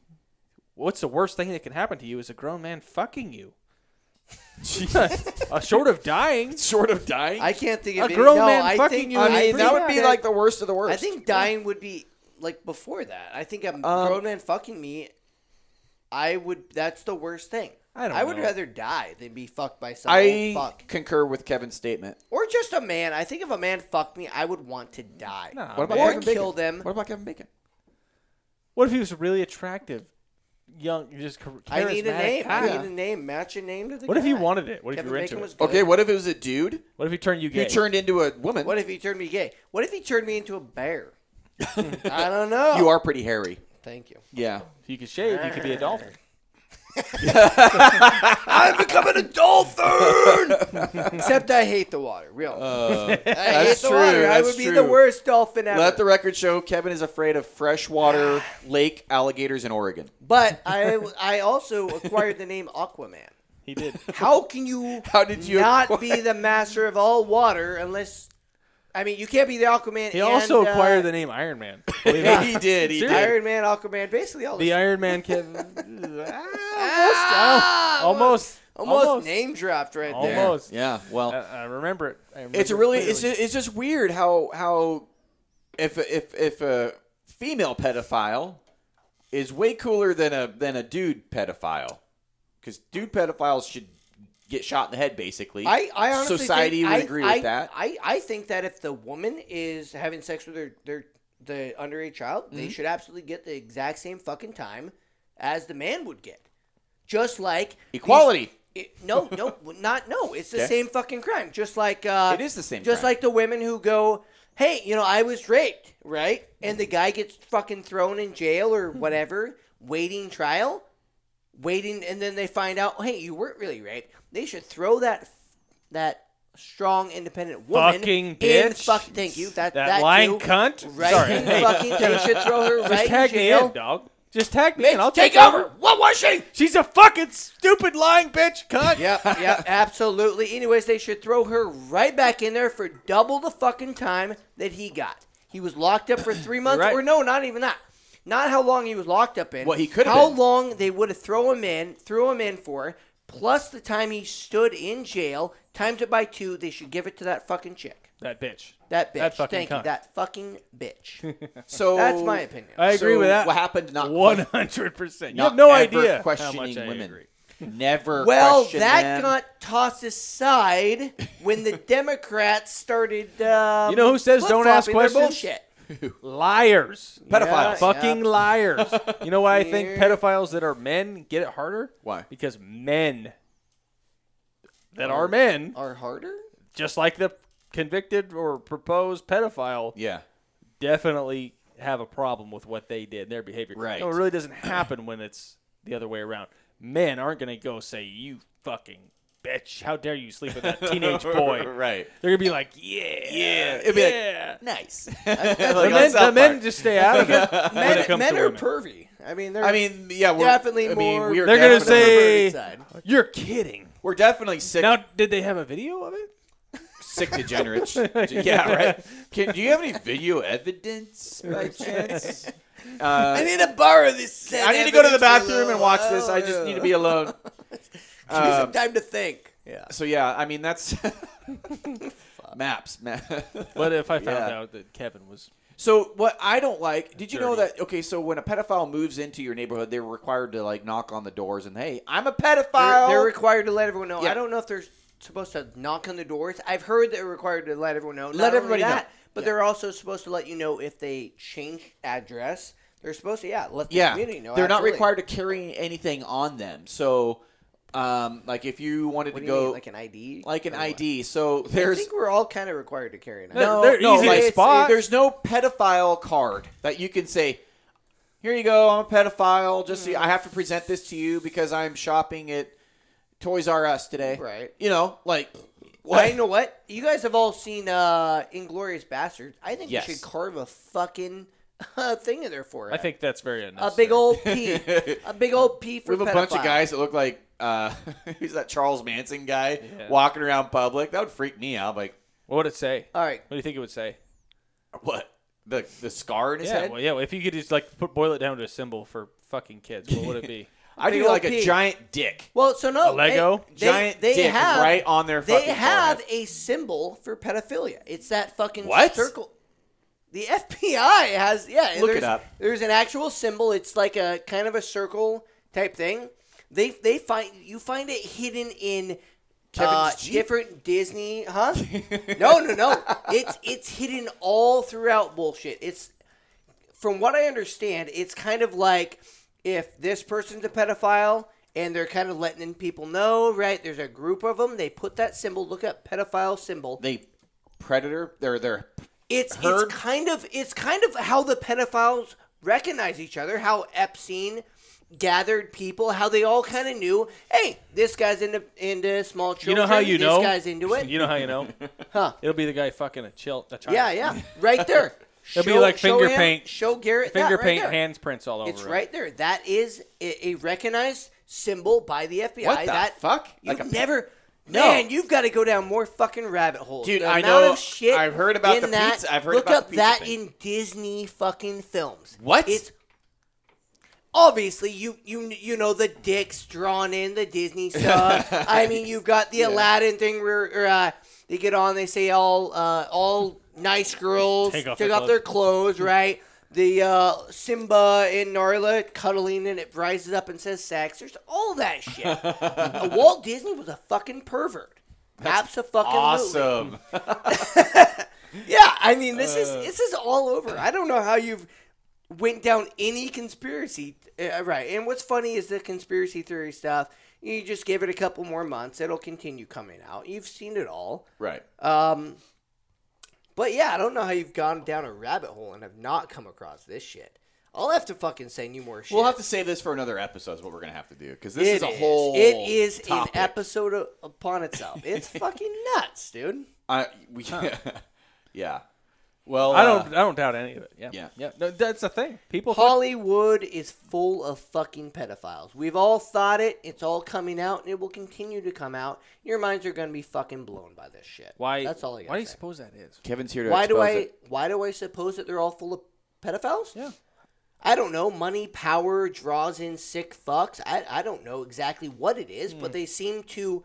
What's the worst thing that can happen to you is a grown man fucking you. [laughs] uh, short of dying,
Short of dying,
I can't think of
A
any-
grown
no,
man
I
fucking
think,
you
I
I
is
mean,
pretty
that
think
would be like the worst of the worst.
I think dying would be like before that. I think a
Um,
grown man fucking me. I would. That's the worst thing.
I don't
I would
know.
rather die than be fucked by some
I
old fuck
concur with Kevin's statement.
or just a man. I think if a man fucked me, I would want to die.
Nah,
What about
man.
Or
Kevin Bacon?
kill them.
What about Kevin Bacon?
What if he was a really attractive, young, just char- charismatic
I need a name.
guy?
I need a name. Match a name to the.
What if he
guy.
wanted it? What if
Kevin
you were
Bacon
into
was
it?
good.
Okay, what if it was a dude
What if he turned you
who
gay?
turned into a woman?
What if he turned me gay? What if he turned me into a bear? I don't know.
you are pretty hairy.
Thank you.
[laughs] Yeah.
If you could shave, you could be a dolphin.
I'm becoming a
[laughs]
dolphin. Except I hate the water. Real. I hate
Uh, that's
the
true,
water. I
that's
would be
true.
the worst dolphin ever.
Let the record show Kevin is afraid
[sighs]
of freshwater lake alligators in Oregon.
But I, I also acquired the name Aquaman. [laughs]
He did.
How can you
How did you
not
acquire-
be the master of all water unless I mean, you can't be the Aquaman.
He also
and, uh,
acquired the name Iron Man. Believe it
[laughs]
or
Yeah,
not.
he did. He
Seriously.
did.
Iron Man, Aquaman, basically all
the
this-
Iron Man
[laughs]
Kevin.
Ah,
almost,
almost,
almost.
name dropped right
Almost.
there.
Yeah. Well,
I, I remember it. I remember
it's
it
really it's
clearly.
just, it's just weird how how if if if a female pedophile is way cooler than a than a dude pedophile because dude pedophiles should get shot in the head basically.
I, I honestly
society
think,
would
I-
agree
I-
with that.
I, I think that if the woman is having sex with their, their the underage child,
Mm-hmm.
they should absolutely get the exact same fucking time as the man would get. Just like
Equality.
these- it- no,
[laughs]
no, not no. It's the
Okay.
same fucking crime. Just like uh,
It is the same
Just
crime.
like the women who go, "Hey, you know, I was raped," right? And the guy gets fucking thrown in jail
Hmm.
or whatever, waiting trial waiting and then they find out hey you weren't really raped they should throw that that strong independent woman
Fucking
in
bitch.
fuck thank you that
that,
that
lying
too.
cunt.
right
Sorry.
in
Hey,
fucking they should throw her right
just tag
in
me
jail
in, dog. Just tag me in. I'll
take
take,
over what was she
She's a fucking stupid lying bitch, cunt.
yep yep absolutely anyways they should throw her right back in there for double the fucking time that he got he was locked up for
[clears throat]
three months
right.
or no not even that not how long he was locked up in
What he could've
how
been.
long they would have throw him in threw him in for plus the time he stood in jail times it by two they should give it to that fucking chick
That bitch.
that bitch
That fucking
thank you
cunt.
that fucking
[laughs]
bitch
[laughs] so
that's my opinion
I agree
so
with that.
What happened? Not
One hundred percent. You
Not
have no
ever
idea
questioning
how much I
women.
agree.
Never.
Well,
question
that
them.
got tossed aside when
[laughs]
the Democrats started. Um,
You know who says don't ask
flip-flopping their
questions?
Bullshit.
Liars,
Pedophiles.
fucking liars. You know why I think
Yeah.
pedophiles that are men get it harder?
Why?
Because men that are men,
Are harder.
just like the convicted or proposed pedophile,
yeah.
definitely have a problem with what they did, their behavior.
Right.
No, it really doesn't happen when it's the other way around. Men aren't going to go say, "You fucking bitch! How dare you
[laughs]
sleep with that teenage boy?"
right.
They're gonna be like, "Yeah, yeah,
It'd be like,
yeah."
[laughs]
Nice.
the
Like on
men, the
South
men
Park.
just stay out of
[laughs]
it. when
Men,
it comes
men
to
are
women.
pervy. I mean, they're
I mean, yeah, we're
definitely
I mean,
more-
we are
They're gonna
definitely-
say,
perverted [laughs]
"You're kidding."
we're definitely sick
Now, did they have a video of it?
sick
[laughs]
degenerates. yeah, right. Can, do you have any video evidence by chance? Uh,
I need to borrow this.
I need to go to the bathroom and watch this. I just need to be alone.
[laughs]
Um,
some time to think. Yeah.
so yeah, I mean that's [laughs] maps. Ma- [laughs]
What if I found
Yeah.
out that Kevin was?
so what I don't like? Did you know
Dirty.
that? Okay, so when a pedophile moves into your neighborhood, they're required to like knock on the doors and hey, I'm a
They're,
pedophile.
they're required to let everyone know.
Yeah.
I don't know if they're supposed to knock on the doors. I've heard they're required to let everyone know. Not
Let
only
everybody know.
that, But
Yeah.
they're also supposed to let you know if they change address. They're supposed to, yeah, let the
yeah,
community know.
they're
absolutely.
not required to carry anything on them. So, um, like if you wanted
What
to
do you
go
mean, like an ID?
like an
Or what?
ID, so
I
there's
think we're all kind of required to carry an ID.
No,
They're
no,
easy to
like,
spot.
There's no pedophile card that you can say, "Here you go, I'm a pedophile." Just so I have to present this to you because I'm shopping at Toys R Us today.
Right.
You know, like
I know what you guys have all seen. uh Inglorious Bastards. I think
Yes.
you should carve a fucking [laughs] uh, thing in there for
I think that's very unnecessary.
a big old P, a big old
[laughs]
P for
we have a bunch
pedophile.
of guys that look like uh, [laughs] who's that Charles Manson guy
Yeah.
walking around public. That would freak me out. Like
What would it say?
All right,
What do you think it would say?
what? The the scar in his
Yeah,
head.
well, yeah. well, If you could just like put, boil it down to a symbol for fucking kids, what would it
[laughs]
be?
I'd
Big
do
old
like a
pig.
giant dick.
Well, so no,
A Lego?
they,
giant
they, they
dick
have,
right on their
They
fucking
have
forehead.
a symbol for pedophilia. It's that fucking
What?
circle. The FBI has yeah.
Look it
there's,
up.
There's an actual symbol. It's like a kind of a circle type thing. They they find you find it hidden in uh,
Kevin's Jeep?
different Disney,
[laughs]
huh? no, no, no. It's it's hidden all throughout bullshit. It's from what I understand, it's kind of like if this person's a pedophile and they're kind of letting people know, right? There's a group of them. They put that symbol. Look up pedophile symbol.
They predator. They're they're
It's
Heard?
it's kind of it's kind of how the pedophiles recognize each other. How Epstein gathered people. How they all kind of knew. Hey, this guy's into into small
You
children.
know how you
this
know?
guy's into
[laughs]
it.
You know how you know?
[laughs] Huh.
It'll be the guy fucking a chill. A child.
Yeah, yeah, right there.
It'll be
Show-
like
show
finger
him-
paint.
Show Garrett that
Finger
right
paint,
there.
hands prints all over.
It's
it.
right there. That is a, a recognized symbol by the FBI.
What the
that
fuck?
You
Like a-
never.
No.
Man, you've got to go down more fucking rabbit holes.
Dude,
The
I
amount
know-
Of shit
I've heard about
in
the
that,
pizza- I've heard
look
about
up
the pizza
that
thing.
in Disney fucking films.
What?
It's obviously you you you know the dicks drawn in the
[laughs]
Disney stuff. I mean, you've got the Aladdin thing where or, uh, they get on, they say all uh, all nice girls
Take off
take
their
off their clothes, right? The uh, Simba and Narla cuddling, and it rises up and says sex. There's all that shit. Uh, Walt Disney was a fucking pervert. That's fucking
[laughs]
[laughs]
awesome.
Yeah, I mean this
Uh.
is this is all over. I don't know how you've went down any conspiracy, uh, right? And what's funny is the conspiracy theory stuff. You just give it a couple more months; it'll continue coming out. You've seen it all,
right.
um, but yeah, I don't know how you've gone down a rabbit hole and have not come across this shit. I'll have to fucking send you more Oh, shit.
We'll have to save this for another episode. Is what we're gonna have to do because this
It
is a whole.
It is
topic.
an episode o- upon itself.
[laughs]
It's fucking nuts, dude.
I, we, [laughs] yeah. Well,
I
uh,
don't. I don't doubt any of it. Yeah.
Yeah.
Yeah. No, that's the thing. People.
Hollywood is full of fucking pedophiles. We've all thought it. It's all coming out, and it will continue to come out. Your minds are gonna be fucking blown by this shit.
why?
That's all I got.
Why do you suppose that is?
Kevin's here to.
Why do I?
expose it.
Why do I suppose that they're all full of pedophiles?
Yeah.
I don't know. Money, power draws in sick fucks. I, I don't know exactly what it is,
Hmm.
but they seem to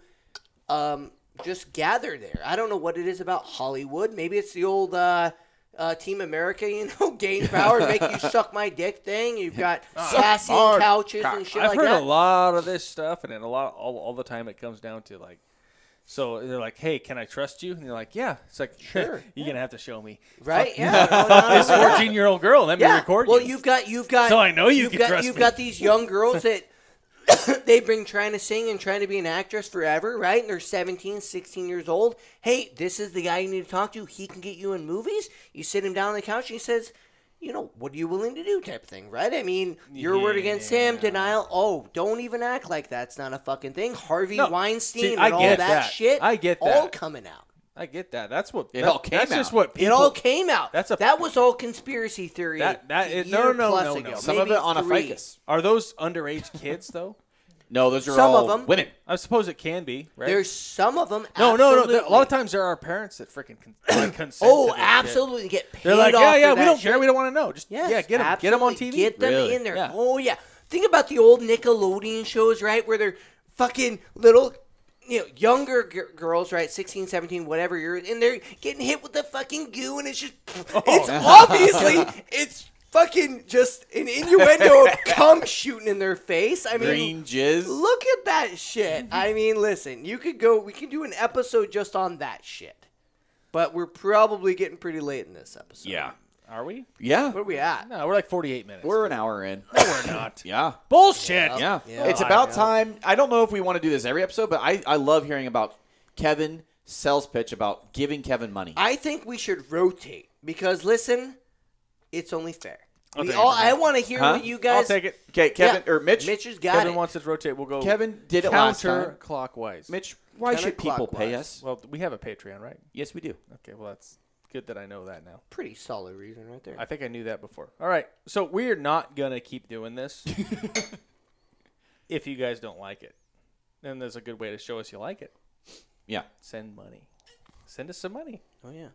um, just gather there. I don't know what it is about Hollywood. Maybe it's the old uh, uh, Team America, you know, [laughs] gain power, make
[laughs]
you suck my dick thing. You've got
Ah.
sassy
hard
couches
cock.
and shit
I've
like
heard
that.
a lot of this stuff, and then a lot all, all the time it comes down to like, so they're like, "Hey, can I trust you?" And you're like, "Yeah." It's like,
Sure.
"Sure, you're gonna have to show me."
Right?
[laughs]
Yeah. no, no, no,
This
no, no.
14 year old girl, let me
Yeah.
record
well,
you.
have got you've got.
So I know you
have
can
got,
trust
You've
me.
got these young
[laughs]
girls that [coughs] they've been trying to sing and trying to be an actress forever, right? And they're 17, 16 years old. Hey, this is the guy you need to talk to. He can get you in movies. You sit him down on the couch. and He says. You know, what are you willing to do type of thing, right? I mean, your word against him, denial. Oh, don't even act like that's not a fucking thing. Harvey
No.
Weinstein
See,
and
I
all
get
that,
that.
shit.
I get
All
that.
coming out.
I get that. That's what
It
that-
all came
That's just
out.
what people.
It all came out.
That's a-
that was all conspiracy theory.
That- that
a
is-
year
no, no,
plus
no,
ago,
no.
Some of
maybe
it on a
three.
ficus.
Are those underage kids though?
No, those are
Some
all
of 'em.
women.
I suppose it can be, right?
There's some of them.
no, no, no. there- A lot of
absolutely.
times there are parents that freaking con- [coughs] like, consent. to
Oh,
this shit.
absolutely. Get paid
They're like,
off
yeah,
for
yeah, we
that
don't
shit.
care. We don't want to know. Just
Yes,
yeah, get them, get them on TV.
absolutely. Get them
Really?
in there.
Yeah.
Oh yeah. Think about the old Nickelodeon shows, right, where they're fucking little. You know, younger g- girls, right, 16, 17, whatever you're, and they're getting hit with the fucking goo, and it's just,
Oh. [laughs]
it's obviously, it's fucking just an innuendo
[laughs]
of cum shooting in their face. I mean,
Green jizz.
Look at that shit. I mean, listen, you could go, we can do an episode just on that shit. But we're probably getting pretty late in this episode.
Yeah.
Are we?
Yeah.
Where are we at?
No, we're like 48 minutes.
We're an
[laughs]
hour in.
No, we're not.
Yeah.
Bullshit.
[laughs] Yeah.
Yeah.
It's
Oh, I
about
know.
time. I don't know if we want to do this every episode, but I, I love hearing about Kevin sales pitch about giving Kevin money.
I think we should rotate because, listen, it's only fair.
I'll
We
take
all,
it.
I want to hear
Huh?
what you guys.
I'll take it.
okay, Kevin
yeah.
or Mitch.
Mitch has got
Kevin
it.
wants us to rotate. We'll go.
Kevin did it last time.
counterclockwise.
Mitch, why should people pay
Counterclockwise.
us?
Well, we have a Patreon, right?
Yes, we do.
Okay. Well, that's good that I know that now.
Pretty solid reason right there.
I think I knew that before. All right. So we're not gonna keep doing this. if you guys don't like it, then there's a good way to show us you like it.
Yeah.
Send money. Send us some money.
oh yeah.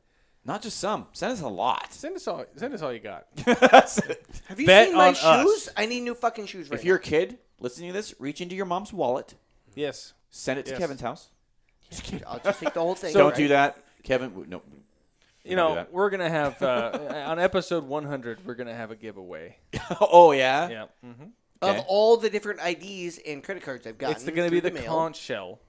Not just some. Send us a lot.
Send us all. Send us all you got. [laughs]
Have you
Bet
seen my
on us.
shoes? I need new fucking shoes right
If you're a kid listening to this, reach into your mom's wallet,
yes.
send it to
Yes.
Kevin's house.
now. I'll just take the
[laughs]
whole thing.
don't
right?
do that, Kevin. w- No. Don't do
You know,
that.
we're gonna have uh, [laughs] on episode 100. We're gonna have a giveaway.
[laughs] oh yeah.
Yeah. hmm
Of
Okay.
all the different IDs and credit cards I've gotten,
It's going to be
through
the,
mail.
conch shell.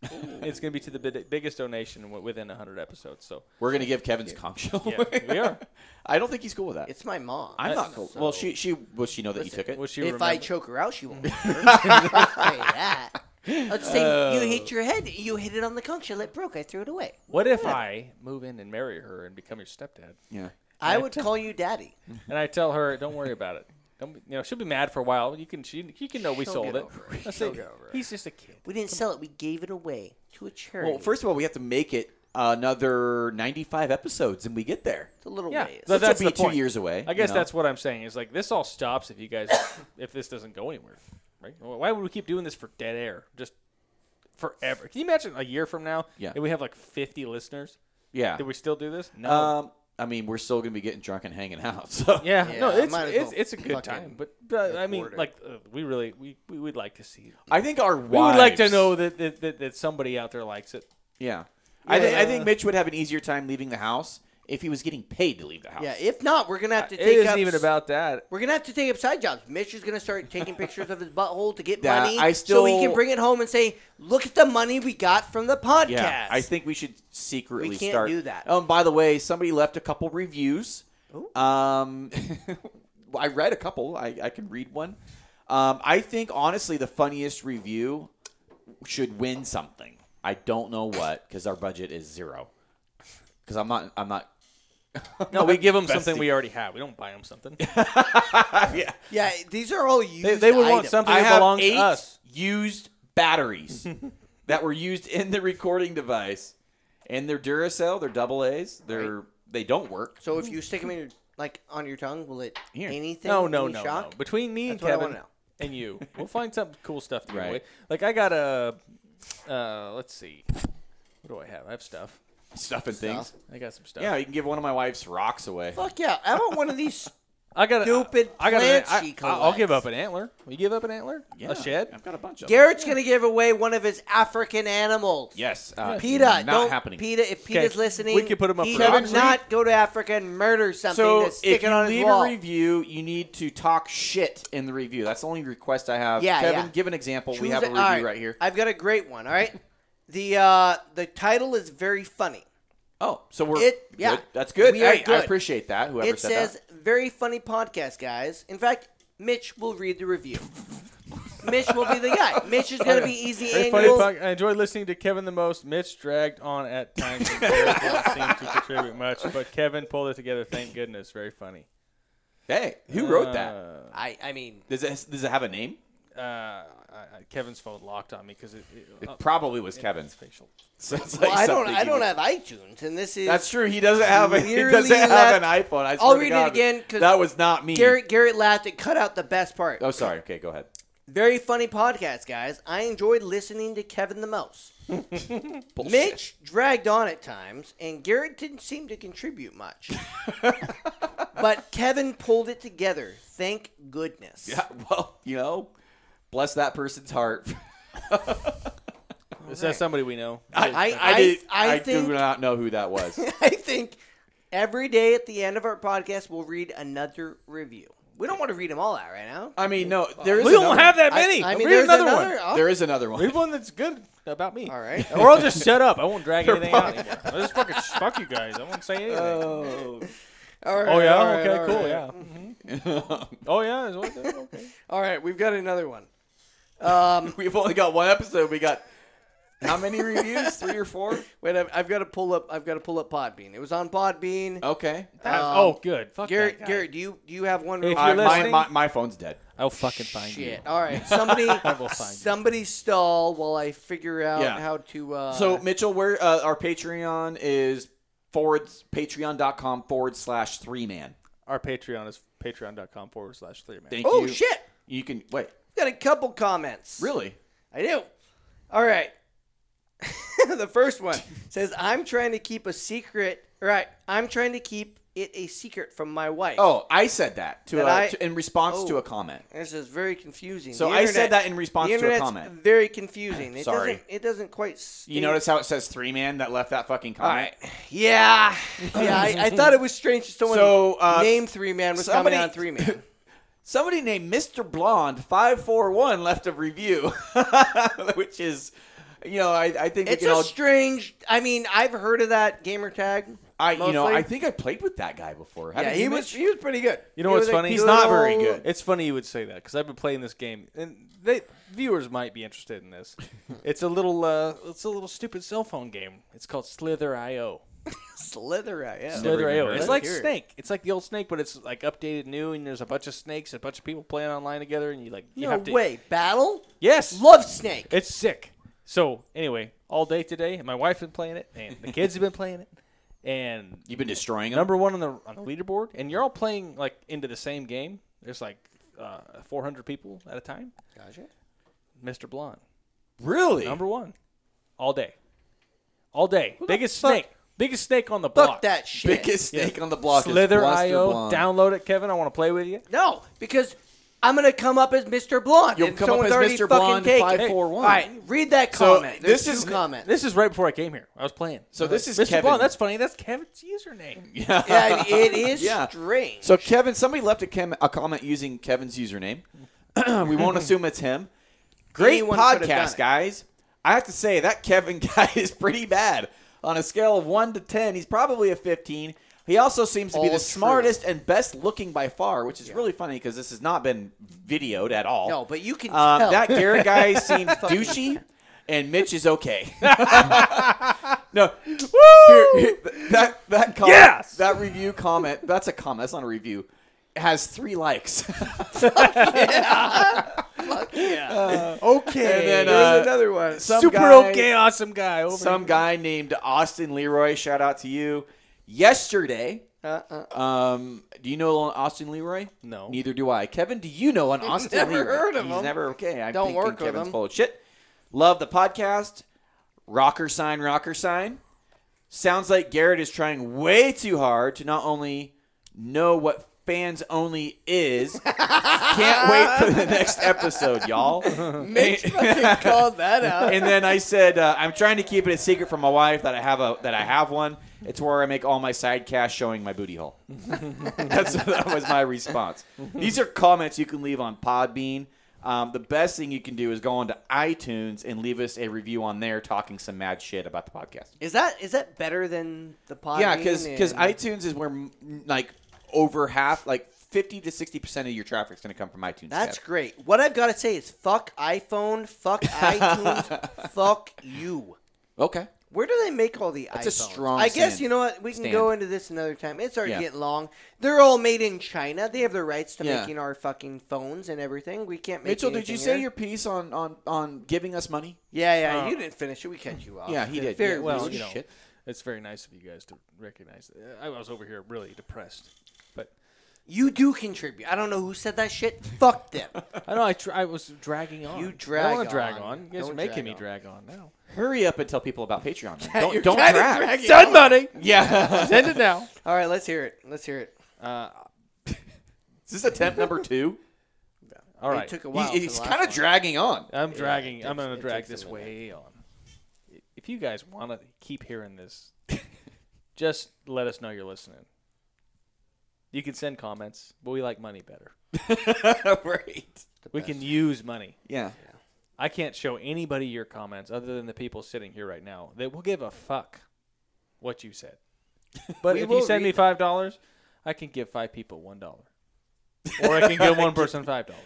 it's going to be to the bi- biggest donation wi- within 100 episodes. So
We're gonna give Kevin's conch shell.
yeah, we are.
[laughs] I don't think he's cool with that.
It's my mom.
I'm not
So-
cool. Uh, Well, she she will she know that you took it.
Will she
if
remember?
I choke her out, she
[laughs]
won't. remember. I'll say that. I'll just say
Oh.
you hit your head. You hit it on the conch shell. It broke. I threw it away.
what if I move in and marry her and become your stepdad?
yeah.
I would call you daddy.
And I tell her, don't worry about it. Don't be, you know, she'll be mad for a while. You can she you can know we
She'll
sold
get
it.
over it.
Let's
She'll
say
get over it.
he's just a kid.
We didn't sell it. We gave it away to a charity.
Well, first of all, we have to make it another 95 episodes, and we get there.
it's a little
Yeah,
ways.
but
This
that's
will be
the point.
two years away.
I guess
you know?
that's what I'm saying. Is like this all stops [coughs] if you guys if this doesn't go anywhere, right? Why would we keep doing this for dead air? Just forever. Can you imagine a year from now?
Yeah.
And we have like 50 listeners.
Yeah.
Do we still do this? No.
Uh,
Um, I mean, we're still gonna be getting drunk and hanging out. [laughs] So
yeah,
Yeah,
no,
I
it's,
might as
it's,
well
it's a good
fucking
time, but, but I mean,
record it.
like uh, we really we we would like to see.
I think our
We would like to
wives-
know that that, that that somebody out there likes it.
Yeah. I, th- I think
Yeah.
Mitch would have an easier time leaving the house if he was getting paid to leave the house.
Yeah, if not, we're gonna have to
Uh, It
take
isn't
up
even
s-
about that.
[laughs] We're gonna have to take up side jobs. Mitch is gonna start taking pictures of his butthole to get
Yeah,
money,
I
so he
still-
can bring it home and say, "Look at the money we got from the podcast."
Yeah, I think we should secretly
We can't
start.
do that.
Oh, and by the way, somebody left a couple reviews.
Ooh.
Um, [laughs] I read a couple. I, I can read one. Um, I think honestly, the funniest review should win something. I don't know what because our budget is zero. Because I'm not. I'm not.
No, we give them
investing.
something we already have. We don't buy them something.
yeah.
yeah, these are all used.
They, they would want
items.
something
I
that
have
belongs
eight
to us.
used batteries [laughs] that were used in the recording device, and they're Duracell. They're double A's. They're they don't work.
So if you stick them in your, like on your tongue, will it
Here.
anything?
[laughs] No, no,
any
no, no.
shock?
Between me
That's
and
what I
Kevin
wanna know. [laughs]
and you, we'll find some cool stuff to give
Right.
away. Like I got a, uh, let's see, what do I have? I have stuff.
Stuffing things.
I got some stuff.
Yeah, you can give one of my wife's rocks away.
Fuck yeah! I want one of these.
I got a,
Stupid
I got
plants
an,
she
I, I'll give up
collects.
an antler. Will you give up an antler?
Yeah,
A shed?
I've got a bunch of. them.
Garrett's gonna give away one of his African animals.
Yes. Uh,
PETA,
Not
don't,
happening.
PETA, if PETA's listening,
We could put 'em up
he
for auction.
should not go to Africa and murder something
so
to
if
stick
you
it on his
leave
wall.
a review, you need to talk shit in the review. That's the only request I have.
Yeah,
Kevin,
yeah.
give an example. we
Choose
have a
it-
review
all
right. here.
I've got a great one. All right, the uh, the title is very funny.
Oh, so we're
It-
good.
yeah.
That's good.
We are
Hey, I
good.
appreciate that. Whoever
It
said
says
that.
very funny podcast, guys. In fact, Mitch will read the review. Mitch will be the
[laughs]
guy. Mitch is gonna be easy
Very funny
annual.
talk- I enjoyed listening to Kevin the most. Mitch dragged on at times and Garrett didn't seem to contribute much, but Kevin pulled it together. Thank goodness. Very funny.
Hey, who wrote that?
Uh,
I I mean,
Does it does it have a name?
uh, I- I- Kevin's phone locked on me because it, it,
It
uh,
probably was Kevin's
it's facial.
[laughs] So it's
well,
like
I don't
something
I
he
don't
would-
have iTunes, and this is
That's true. He doesn't have a, he
Clearly
doesn't have
left-
an iPhone. I
I'll
swear to
read it
God,
again, 'cause
that was not me.
Garrett Garrett laughed and cut out the best part.
Oh, sorry. Okay, go ahead.
Very funny podcast, guys. I enjoyed listening to Kevin the most. Mitch dragged on at times, and Garrett didn't seem to contribute
[laughs]
much. but Kevin pulled it together. Thank goodness.
[laughs] Yeah, well, you know, bless that person's heart.
Is that somebody we know?
I-
[laughs] I, did,
I
I,
think-
do not know who that was.
[laughs] I think every day at the end of our podcast, we'll read another review. We don't want to read them all out right now.
[laughs] I mean, no, there is.
we don't
another
have that
I-
many.
I, mean,
Read
there's
another,
another,
one.
One.
oh,
There is another one.
Read one that's good about me.
all right. Oh,
Or I'll just shut up. I won't drag
They're
anything out
probably-
anymore. I'll just fucking fuck you guys. I won't say anything.
Oh.
All right.
[laughs] oh yeah.
all right,
okay.
all
cool.
right.
Yeah. Oh yeah. Is what, [laughs] okay.
All right. We've got another one. Um,
[laughs] We've only got one episode. We got how many reviews? Three or four?
wait, I've, I've got to pull up. I've got to pull up Podbean. It was on Podbean.
Okay.
That was-
Um,
oh good. Fuck
Garrett,
that guy.
Garrett, do you do you have one?
If
review?
I-
you're
my,
listening-
my, my phone's dead.
I'll fucking find you.
Shit. All
[laughs]
right. Somebody,
will find you.
somebody stall while I figure out
Yeah.
how to. Uh,
So Mitchell, where uh, our Patreon is forward patreon.com forward slash three man.
Our Patreon is patreon.com forward slash three man.
Thank
oh
you.
shit!
You can wait.
Got a couple comments.
Really?
I do. All right. [laughs] the first one says, "I'm trying to keep a secret. Right. I'm trying to keep it a secret from my wife."
Oh, I said that to,
That
a,
I-
to in response
Oh.
to a comment.
This is very confusing.
So
The
I said
internet-
that in response
the
to a
internet's
comment.
Very
[sighs]
confusing. It
Sorry.
Doesn't, it doesn't quite. State
You notice how it says three man that left that fucking
All
comment.
right.
[laughs]
Yeah. Yeah. I, I thought it was strange. that Someone
So, uh,
named Three Man was
somebody-
coming on Three
[laughs]
Man.
Somebody named Mr. Blonde five four one left a review, [laughs] which is, you know, I, I think we
It's
can
a
all.
strange. I mean, I've heard of that gamer tag.
I you know
mostly.
I think I played with that guy before.
yeah,
Haven't
he
you,
was
Mitch?
he was pretty good.
You know
He
what's
was a
funny?
He's not very
old-
good.
It's funny you would say that because I've been playing this game, and they viewers might be interested in this. it's a little, uh, it's a little stupid cell phone game. It's called Slither IO.
Slither, yeah.
Slither IO.
heard
It's
of
like
it.
Snake. It's like the old Snake, but it's like updated new, and there's a bunch of snakes, a bunch of people playing online together, and you like you
No
have to.
way, battle.
Yes.
Love Snake.
It's sick. So anyway, all day today, and my wife's been playing it, and the kids have been playing it, and
You've been destroying him.
number one on the on the leaderboard, and you're all playing like into the same game. There's like uh, 400 people at a time.
Gotcha.
Mr. Blonde,
Really?
number one. all day, all day.
the
biggest
fuck-
snake, biggest snake on the block.
Fuck that shit.
[laughs] Biggest snake
Yeah.
on the block. is
Slither
Bluster
IO.
Blonde.
Download it, Kevin. I want to play with you.
No, because I'm gonna come up as Mr. Blonde.
You'll
and
come up
someone's
as
already
Mr.
fucking
Blonde
taken.
five
Hey,
four
All
one.
right, read that
So,
comment.
this
There's
is-
two comments.
This is right before I came here. I was playing.
So this is
Mr.
Kevin.
Blonde. That's funny. That's Kevin's username.
[laughs] [laughs] Yeah.
yeah, it is
[laughs] Yeah.
strange.
So Kevin, somebody left a, chem- a comment using Kevin's username. [clears throat] we won't assume it's him. Great
Anyone could have done
podcast,
it.
guys. I have to say that Kevin [laughs] guy is pretty bad. On a scale of one to ten, he's probably a fifteen. He also seems to be
All
the
true.
smartest and best looking by far, which is really funny because this has not been videoed at all.
no, but you can
Um,
tell.
that
[laughs]
Garrett guy seems douchey, and Mitch is okay. no, Here- here- that that comment,
Yes!
that review comment. That's a comment. That's not a review. It Has three likes. [laughs]
okay,
and then,
there's
uh,
another one.
Some
Super
guy,
okay, awesome guy. Over
Some
here.
guy named Austin Leroy. Shout out to you. Yesterday,
Uh, uh,
um, do you know an Austin Leroy?
No.
neither do I. Kevin, do
[laughs]
you know an Austin
never
Leroy?
heard of
He's
him.
never okay. I
Don't
thinking
work with
Kevin's
him.
full of shit. Love the podcast. Rocker sign, rocker sign. Sounds like Garrett is trying way too hard to not only know what fans only
[laughs]
is. Can't wait for the next episode,
[laughs]
y'all.
Mitch fucking called
[laughs]
that out.
and then I said, uh, I'm trying to keep it a secret from my wife that I have a that I have one. It's where I make all my side cash showing my booty hole. [laughs] That's that was my response. These are comments you can leave on Podbean. Um, the best thing you can do is go on to iTunes and leave us a review on there, talking some mad shit about the podcast.
Is that is that better than the pod?
Yeah, because
mean? And-
iTunes is where mm, like over half, like fifty to sixty percent of your traffic is going to come from iTunes.
that's
Kev.
great. What I've got to say is fuck iPhone,
[laughs]
fuck iTunes, fuck you.
okay.
Where do they make all the
That's a
iPhones?
strong
I guess
stand.
you know what we can
Stand.
go into this another time. It's already
Yeah.
getting long. They're all made in China. They have the rights to
Yeah.
making our fucking phones and everything. We can't make.
Mitchell, did you
anything
say
here.
your piece on on on giving us money?
Yeah, yeah.
Oh.
you didn't finish it. We cut you off.
Yeah, he did.
Very
Yeah,
well,
Piece
rude.
of
you know,
shit.
it's very nice of you guys to recognize. That. I was over here really depressed, but
you do contribute. I don't know who said that
[laughs]
shit. Fuck them.
I know I, tr- I was dragging on.
You
I
drag
don't wanna drag
on.
on. You guys
Don't
are making
drag
me
on.
drag on now.
Hurry up and tell people about Patreon. man.
[laughs]
Don't
You're
don't
kinda
drag.
dragging on.
money.
[laughs] Yeah.
Send
[laughs]
it now.
All right, let's hear it. Let's hear it.
Uh,
Is this attempt number two?
all right.
It [laughs] took a
He-
while. for the
he's
last
kind
one.
of dragging
[laughs]
on.
I'm
Yeah,
dragging.
it
I'm
takes-
going
it
to drag
takes a
this
minute.
way on. If you guys want to keep
[laughs]
hearing this, just let us know you're listening. You can send comments, but we like money better.
right.
We can use money.
Yeah.
I can't show anybody your comments other than the people sitting here right now that will give a fuck what
[laughs]
you said. But
We
if
will
you send
read
me five dollars, I can give five people one dollar, or I can give
[laughs]
one person five dollars,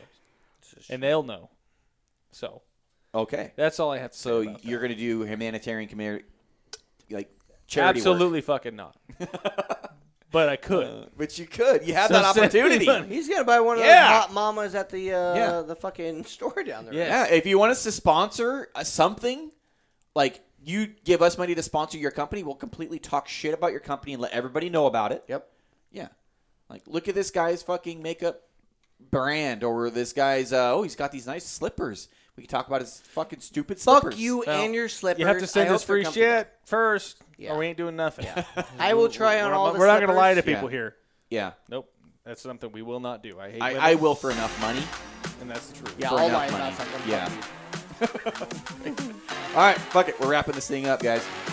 and they'll know. So
Okay.
that's all I have to
So
say. about
you're
that.
gonna do humanitarian community, like charity work.
absolutely fucking
[laughs]
not. but I could.
Uh,
But you could. You have
So
[laughs]
that
send me
opportunity.
money.
He's gonna buy one of
Yeah.
those hot mamas at the uh,
Yeah.
the fucking [laughs] store down there.
Yeah.
Yeah. If you want us to sponsor uh, something, like you give us money to sponsor your company, we'll completely talk shit about your company and let everybody know about it.
Yep.
Yeah. Like, look at this guy's fucking makeup brand, or this guy's, uh, oh, he's got these nice slippers. We can talk about his fucking stupid
Fuck
slippers.
you
Well,
and your slippers.
you have to
I
send us
hope they're
free
comfortable.
shit first,
Yeah.
or we ain't doing nothing.
I will try on
we're
all
not,
the
we're not gonna lie to
slippers.
Yeah.
people here.
Yeah.
Nope, that's something we will not do. I hate.
I,
women,
I will for enough money.
and that's the truth.
Yeah,
for
I'll
enough
lie
money.
about something.
Yeah. All right, fuck it. We're wrapping this thing up, guys.